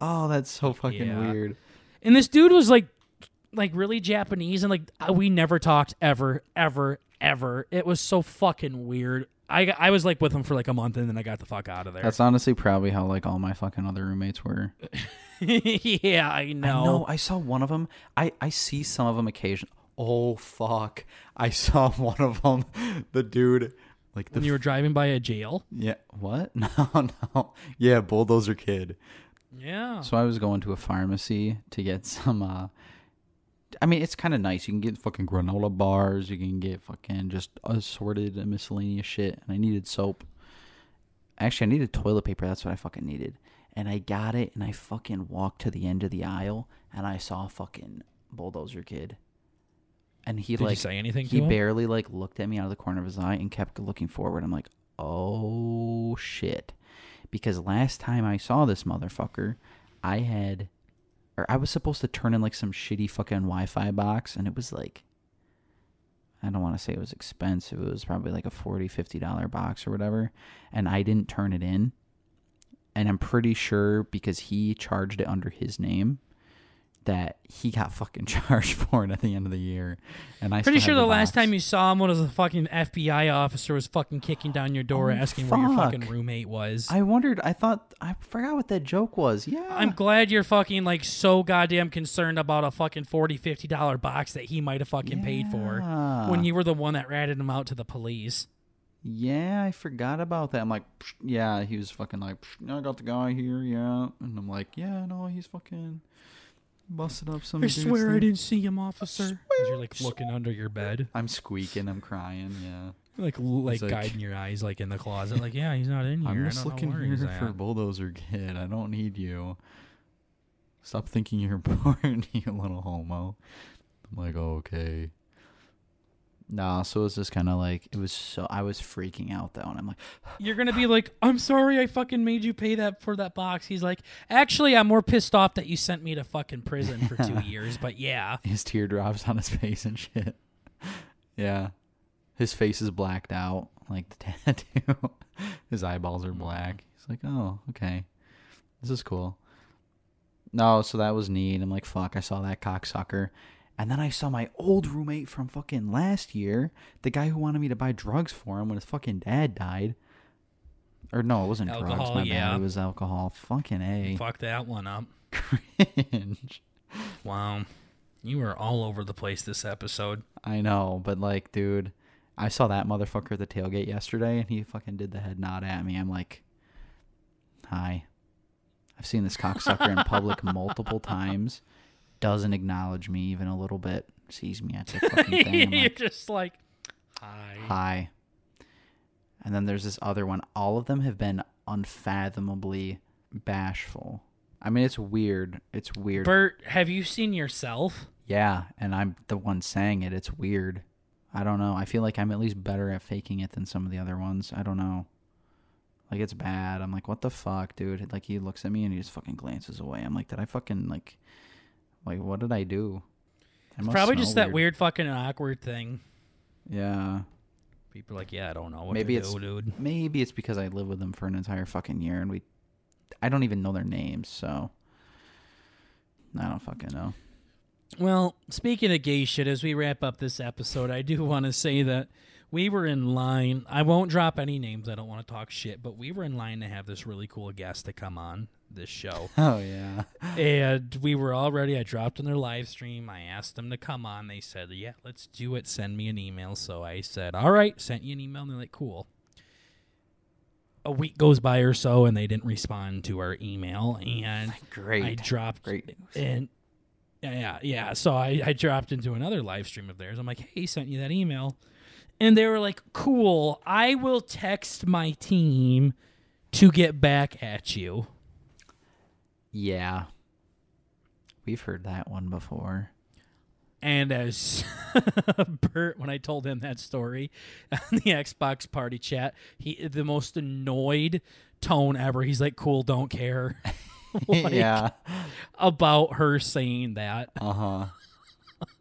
Oh, that's so fucking Yeah. weird. and this dude was like like really Japanese and like I- we never talked ever ever ever. It was so fucking weird. I got- I was like with him for like a month and then I got the fuck out of there. That's honestly probably how like all my fucking other roommates were. yeah, I know. I know. I saw one of them. I I see some of them occasion. Oh fuck! I saw one of them. The dude, like the When you were driving by a jail. Yeah. what? No, no. Yeah, bulldozer kid. Yeah. So I was going to a pharmacy to get some. uh I mean, it's kind of nice. You can get fucking granola bars. You can get fucking just assorted and miscellaneous shit. And I needed soap. Actually, I needed toilet paper. That's what I fucking needed. And I got it. And I fucking walked to the end of the aisle. And I saw fucking bulldozer kid. And he Did like you say anything he to him? barely like looked at me out of the corner of his eye and kept looking forward. I'm like, oh shit, because last time I saw this motherfucker, I had, or I was supposed to turn in like some shitty fucking Wi-Fi box, and it was like, I don't want to say it was expensive. It was probably like a 40 50 dollar box or whatever, and I didn't turn it in. And I'm pretty sure because he charged it under his name that he got fucking charged for it at the end of the year. And I Pretty still sure had the last box. time you saw him, one of the fucking FBI officer was fucking kicking down your door Oh, asking where your fuck. fucking roommate was. I wondered. I thought I forgot what that joke was. Yeah, I'm glad you're fucking like so goddamn concerned about a fucking 40 50 dollar box that he might have fucking paid for Yeah. when you were the one that ratted him out to the police. Yeah, I forgot about that. I'm like, "Psh, yeah, he was fucking like, "Psh, I got the guy here, yeah, and I'm like, yeah, no, he's fucking busted up some. I dude's swear I thing." didn't see him, officer. 'Cause you're like looking under your bed, I'm squeaking. I'm crying. Yeah, like l- like, like- guiding your eyes like in the closet, like yeah, he's not in here. I'm I just don't know looking where here he's for at." bulldozer kid. I don't need you. Stop thinking you're important, you little homo. I'm like, okay. nah. So it was just kind of like it was. So I was freaking out though, and I'm like, You're gonna be like, I'm sorry, I fucking made you pay that for that box. He's like, actually, I'm more pissed off that you sent me to fucking prison for two years. But yeah, his teardrops on his face and shit. Yeah. His face is blacked out, like the tattoo. his eyeballs are black. He's It's like, oh, okay. This is cool. No, so that was neat. I'm like, fuck, I saw that cocksucker. And then I saw my old roommate from fucking last year, the guy who wanted me to buy drugs for him when his fucking dad died. Or no, it wasn't drugs, Alcohol, my yeah. bad. It was alcohol. Fucking A. Fuck that one up. Cringe. Wow. You were all over the place this episode. I know, but like, dude, I saw that motherfucker at the tailgate yesterday and he fucking did the head nod at me. I'm like, hi. I've seen this cocksucker in public multiple times. Doesn't acknowledge me even a little bit. Sees me at the fucking thing. I'm You're like, just like, hi. hi. And then there's this other one. All of them have been unfathomably bashful. I mean, it's weird. It's weird. Bert, have you seen yourself? Yeah, and I'm the one saying it. It's weird. I don't know. I feel like I'm at least better at faking it than some of the other ones. I don't know. Like it's bad. I'm like, what the fuck, dude? Like he looks at me and he just fucking glances away. I'm like, did I fucking like, like what did I do? I It's must probably smell just that weird fucking awkward thing. Yeah, People are like, yeah, I don't know what Maybe to it's- do, dude. maybe it's because I lived with them for an entire fucking year and we, I don't even know their names, so I don't fucking know. Well, speaking of gay shit, as we wrap up this episode, I do want to say that we were in line. I won't drop any names. I don't want to talk shit, but we were in line to have this really cool guest to come on this show. Oh yeah. and we were already, I dropped in their live stream. I asked them to come on. They said, yeah, let's do it. Send me an email. So I said, all right, sent you an email. And they're like, cool. A week goes by or so, and they didn't respond to our email. And Great. I dropped Great news. and yeah, yeah, yeah. So I, I dropped into another live stream of theirs. I'm like, hey, sent you that email. And they were like, cool, I will text my team to get back at you. Yeah. We've heard that one before. And as Bert, when I told him that story on the Xbox party chat, he the most annoyed tone ever. He's like, cool, don't care Like- yeah. about her saying that. Uh huh.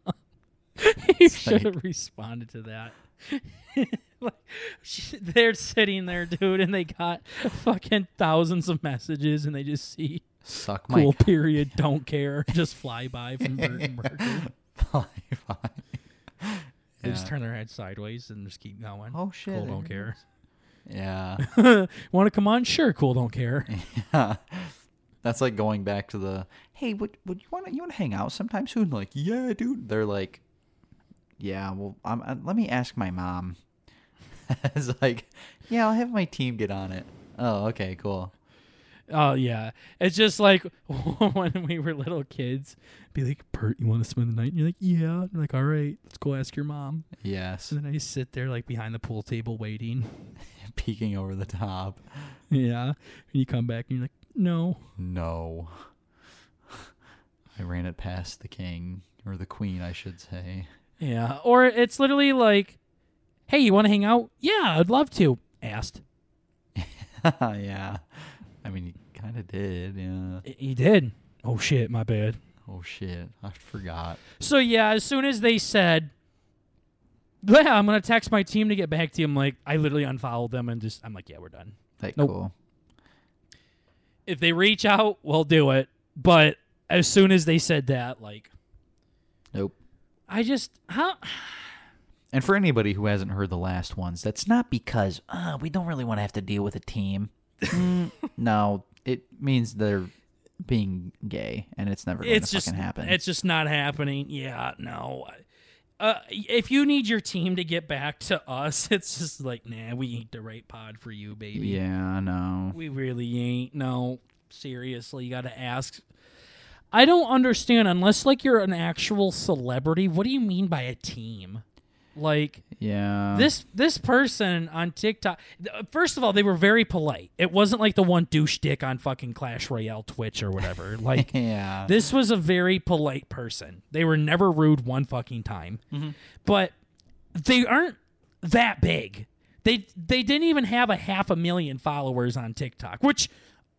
he should have responded to that. like, sh- they're sitting there, dude, and they got fucking thousands of messages, and they just see Suck my cool period, don't care, just fly by from Burton pie pie. They just turn their head sideways and just keep going. Oh shit. cool, I don't didn't- care. Yeah. Want to come on? Sure, cool, don't care. yeah. That's like going back to the hey, would would you want to you want to hang out sometime soon? Like, yeah, dude. They're like, yeah. Well, I'm, uh, let me ask my mom. it's like, yeah, I'll have my team get on it. Oh, okay, cool. Oh yeah, it's just like when we were little kids, be like, Bert, you want to spend the night? And you're like, yeah. And like, all right, let's go ask your mom. Yes, And then I sit there like behind the pool table waiting. peeking over the top. Yeah. And you come back and you're like, no. No. I ran it past the king or the queen, I should say. Yeah. Or it's literally like, hey, you want to hang out? Yeah, I'd love to. Asked. yeah. I mean, he kind of did. Yeah. I- He did. Oh, shit, my bad. Oh shit, I forgot. So, yeah, as soon as they said, yeah, I'm going to text my team to get back to you, I'm like, I literally unfollowed them and just, I'm like, yeah, we're done. Like Nope. cool. If they reach out, we'll do it. But as soon as they said that, like, Nope. I just, how? And for anybody who hasn't heard the last ones, that's not because uh, we don't really want to have to deal with a team. Mm, no, it means they're being gay, and it's never going to it's just fucking happen. It's just not happening. Yeah, no. Uh, if you need your team to get back to us, it's just like, nah, we ain't the right pod for you, baby. yeah, no. We really ain't. No, seriously, you got to ask. I don't understand unless like you're an actual celebrity. What do you mean by a team? Like Yeah. this this person on TikTok. th- First of all, they were very polite. It wasn't like the one douche dick on fucking Clash Royale Twitch or whatever. Like Yeah. this was a very polite person. They were never rude one fucking time. But they aren't that big. They they didn't even have a half a million followers on TikTok, which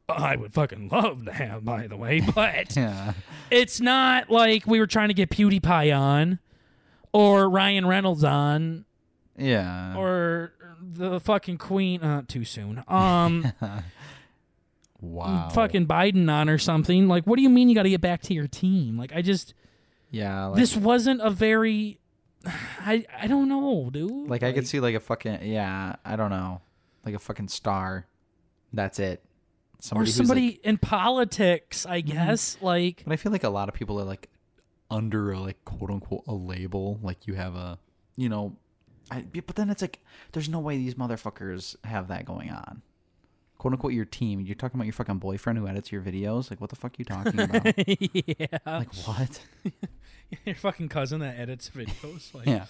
I would fucking love to have, by the way. But yeah. it's not like we were trying to get PewDiePie on or Ryan Reynolds on Yeah. or the fucking queen uh, too soon um Wow. fucking Biden on or something. Like, what do you mean you got to get back to your team? Like, I just Yeah. Like, this wasn't a very. I I don't know, dude. like I could see like a fucking yeah. I don't know. Like a fucking star. That's it. or Somebody. who's, like- Mm-hmm. somebody in politics, I guess. Like, But I feel like a lot of people are like under a like quote unquote a label. Like you have a you know I but then it's like there's no way these motherfuckers have that going on. Quote unquote your team. You're talking about your fucking boyfriend who edits your videos? Like what the fuck you talking about? yeah, like what? your fucking cousin that edits videos. Like, Yeah.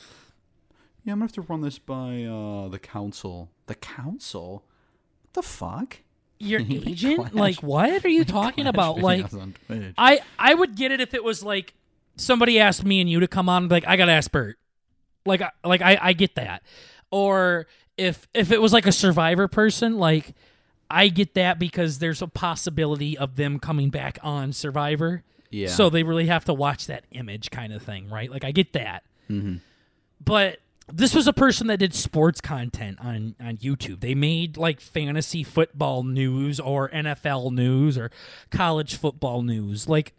Yeah, I'm gonna have to run this by uh the council. The council? What the fuck? your agent? Clash. Like, what are you talking about? Like, Videos on Twitch. I I would get it if it was like somebody asked me and you to come on. and be Like I gotta ask Bert. Like I- like I I get that. Or if if it was like a survivor person, like I get that because there's a possibility of them coming back on Survivor. Yeah. So they really have to watch that image kind of thing, right? Like I get that. But this was a person that did sports content on on YouTube. They made like fantasy football news or NFL news or college football news. Like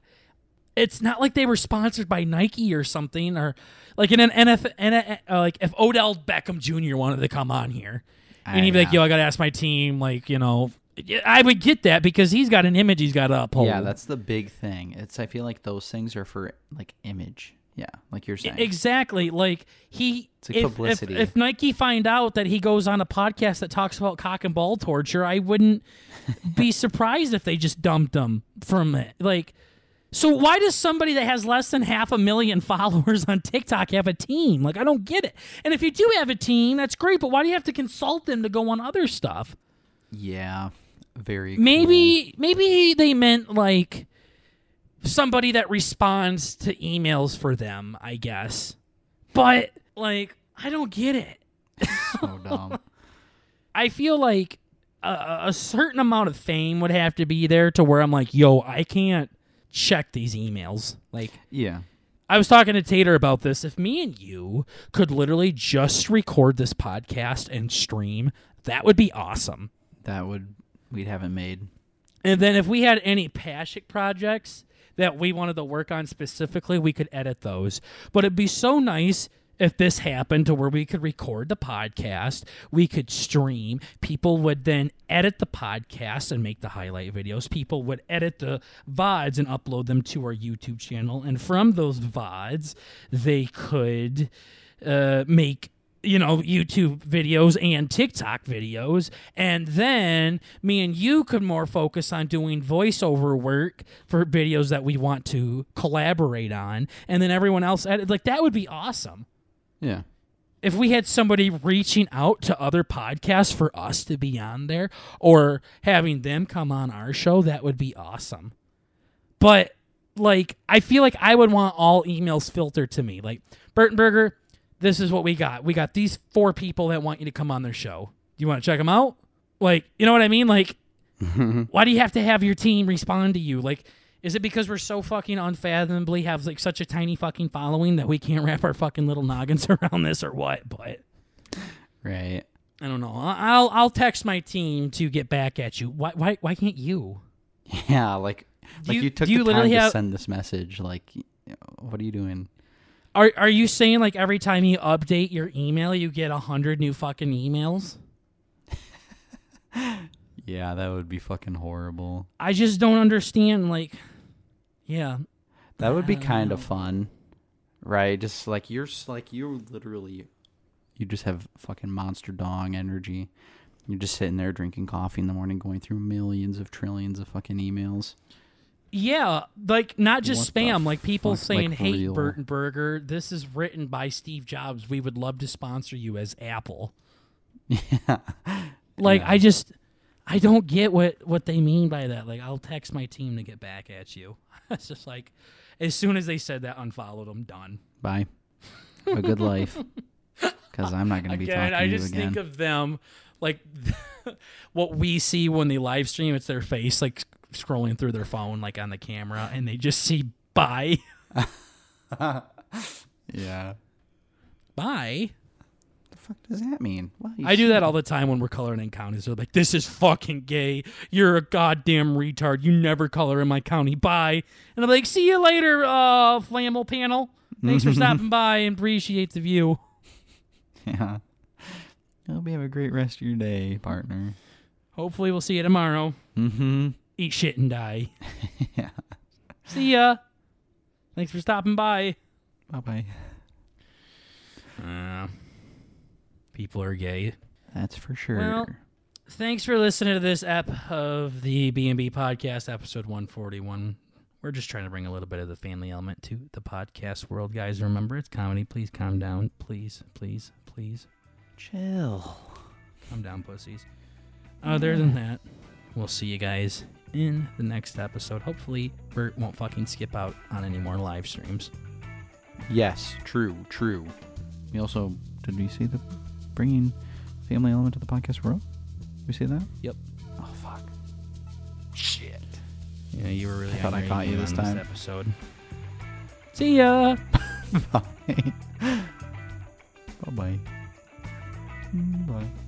it's not like they were sponsored by Nike or something or like in an NFL and a- uh, like if Odell Beckham Jr. wanted to come on here and he'd be like, yeah. "Yo, I got to ask my team like, you know, yeah, I would get that because he's got an image he's got to uphold. Yeah, that's the big thing. It's I feel like those things are for like image. Yeah, E-, like you're saying. Exactly. Like he if- like if, publicity. If, Nike find out that he goes on a podcast that talks about cock and ball torture, I wouldn't be surprised if they just dumped him from it. Like so why does somebody that has less than half a million followers on TikTok have a team? Like I don't get it. And if you do have a team, that's great, but why do you have to consult them to go on other stuff? yeah, very. Maybe maybe they meant like somebody that responds to emails for them, I guess. But like I don't get it. cool. so dumb. I feel like a- a, a certain amount of fame would have to be there to where I'm like, "Yo, I can't check these emails." Like Yeah, I was talking to Tater about this. If me and you could literally just record this podcast and stream, that would be awesome. that would we'd haven't made. And then if we had any passion projects that we wanted to work on specifically, we could edit those. But it'd be so nice if this happened to where we could record the podcast, we could stream, people would then edit the podcast and make the highlight videos. People would edit the VODs and upload them to our YouTube channel. And from those VODs, they could uh, make you know YouTube videos and TikTok videos, and then me and you could more focus on doing voiceover work for videos that we want to collaborate on, and then everyone else added, like that would be awesome Yeah, if we had somebody reaching out to other podcasts for us to be on there or having them come on our show, that would be awesome. But like, I feel like I would want all emails filtered to me. Like, Burtonberger, this is what we got. We got these four people that want you to come on their show. You want to check them out? Like, you know what I mean? Like, why do you have to have your team respond to you? Like, is it because we're so fucking unfathomably have like such a tiny fucking following that we can't wrap our fucking little noggins around this or what? But right. I don't know. I- I'll I'll text my team to get back at you. Why why why can't you? Yeah, like like you- you, took do you the literally time to have- send this message. Like, you know, what are you doing? Are are you saying like every time you update your email you get a hundred new fucking emails? Yeah, that would be fucking horrible. I just don't understand. Like, yeah, That would be don't kind know. of fun, right? Just like you're s- like you're literally, you just have fucking monster dong energy. You're just sitting there drinking coffee in the morning, going through millions of trillions of fucking emails. Yeah, like not just What the spam, like people fuck, saying, like, "Hey, real?" Burton Burger, this is written by Steve Jobs. We would love to sponsor you as Apple." Yeah. Like I just I don't get what what they mean by that. Like I'll text my team to get back at you. it's just like as soon as they said that, unfollowed them, done. Bye. Have a good life. Because I'm not going to be Again, talking I to just you again. think of them like what we see when they live stream. It's their face like scrolling through their phone, like on the camera, and they just see bye. yeah. Bye. The fuck does that mean? Well, you I do should- that all the time when we're coloring in counties. They're like, "This is fucking gay. You're a goddamn retard. You never color in my county. Bye." And I'm like, "See you later, uh, flammable panel. Thanks for stopping by and appreciate the view." Yeah. I hope you have a great rest of your day, partner. Hopefully, we'll see you tomorrow. Mm-hmm. Eat shit and die. Yeah. See ya. Thanks for stopping by. Bye bye. Uh, people are gay. That's for sure. Well, Thanks for listening to this ep of the B&B podcast, episode 141. We're just trying to bring a little bit of the family element to the podcast world, guys. Remember, it's comedy. Please calm down. Please, please, please. Chill. Calm down, pussies. Other than that, we'll see you guys in the next episode. Hopefully, Bert won't fucking skip out on any more live streams. Yes, true, true. We also did we see the bringing family element to the podcast world? We see that? Yep. Oh fuck. Shit. Yeah, you were really. I thought I angry caught you on this time. episode. See ya. Oh, Mm, Bye. Bye bye. Bye.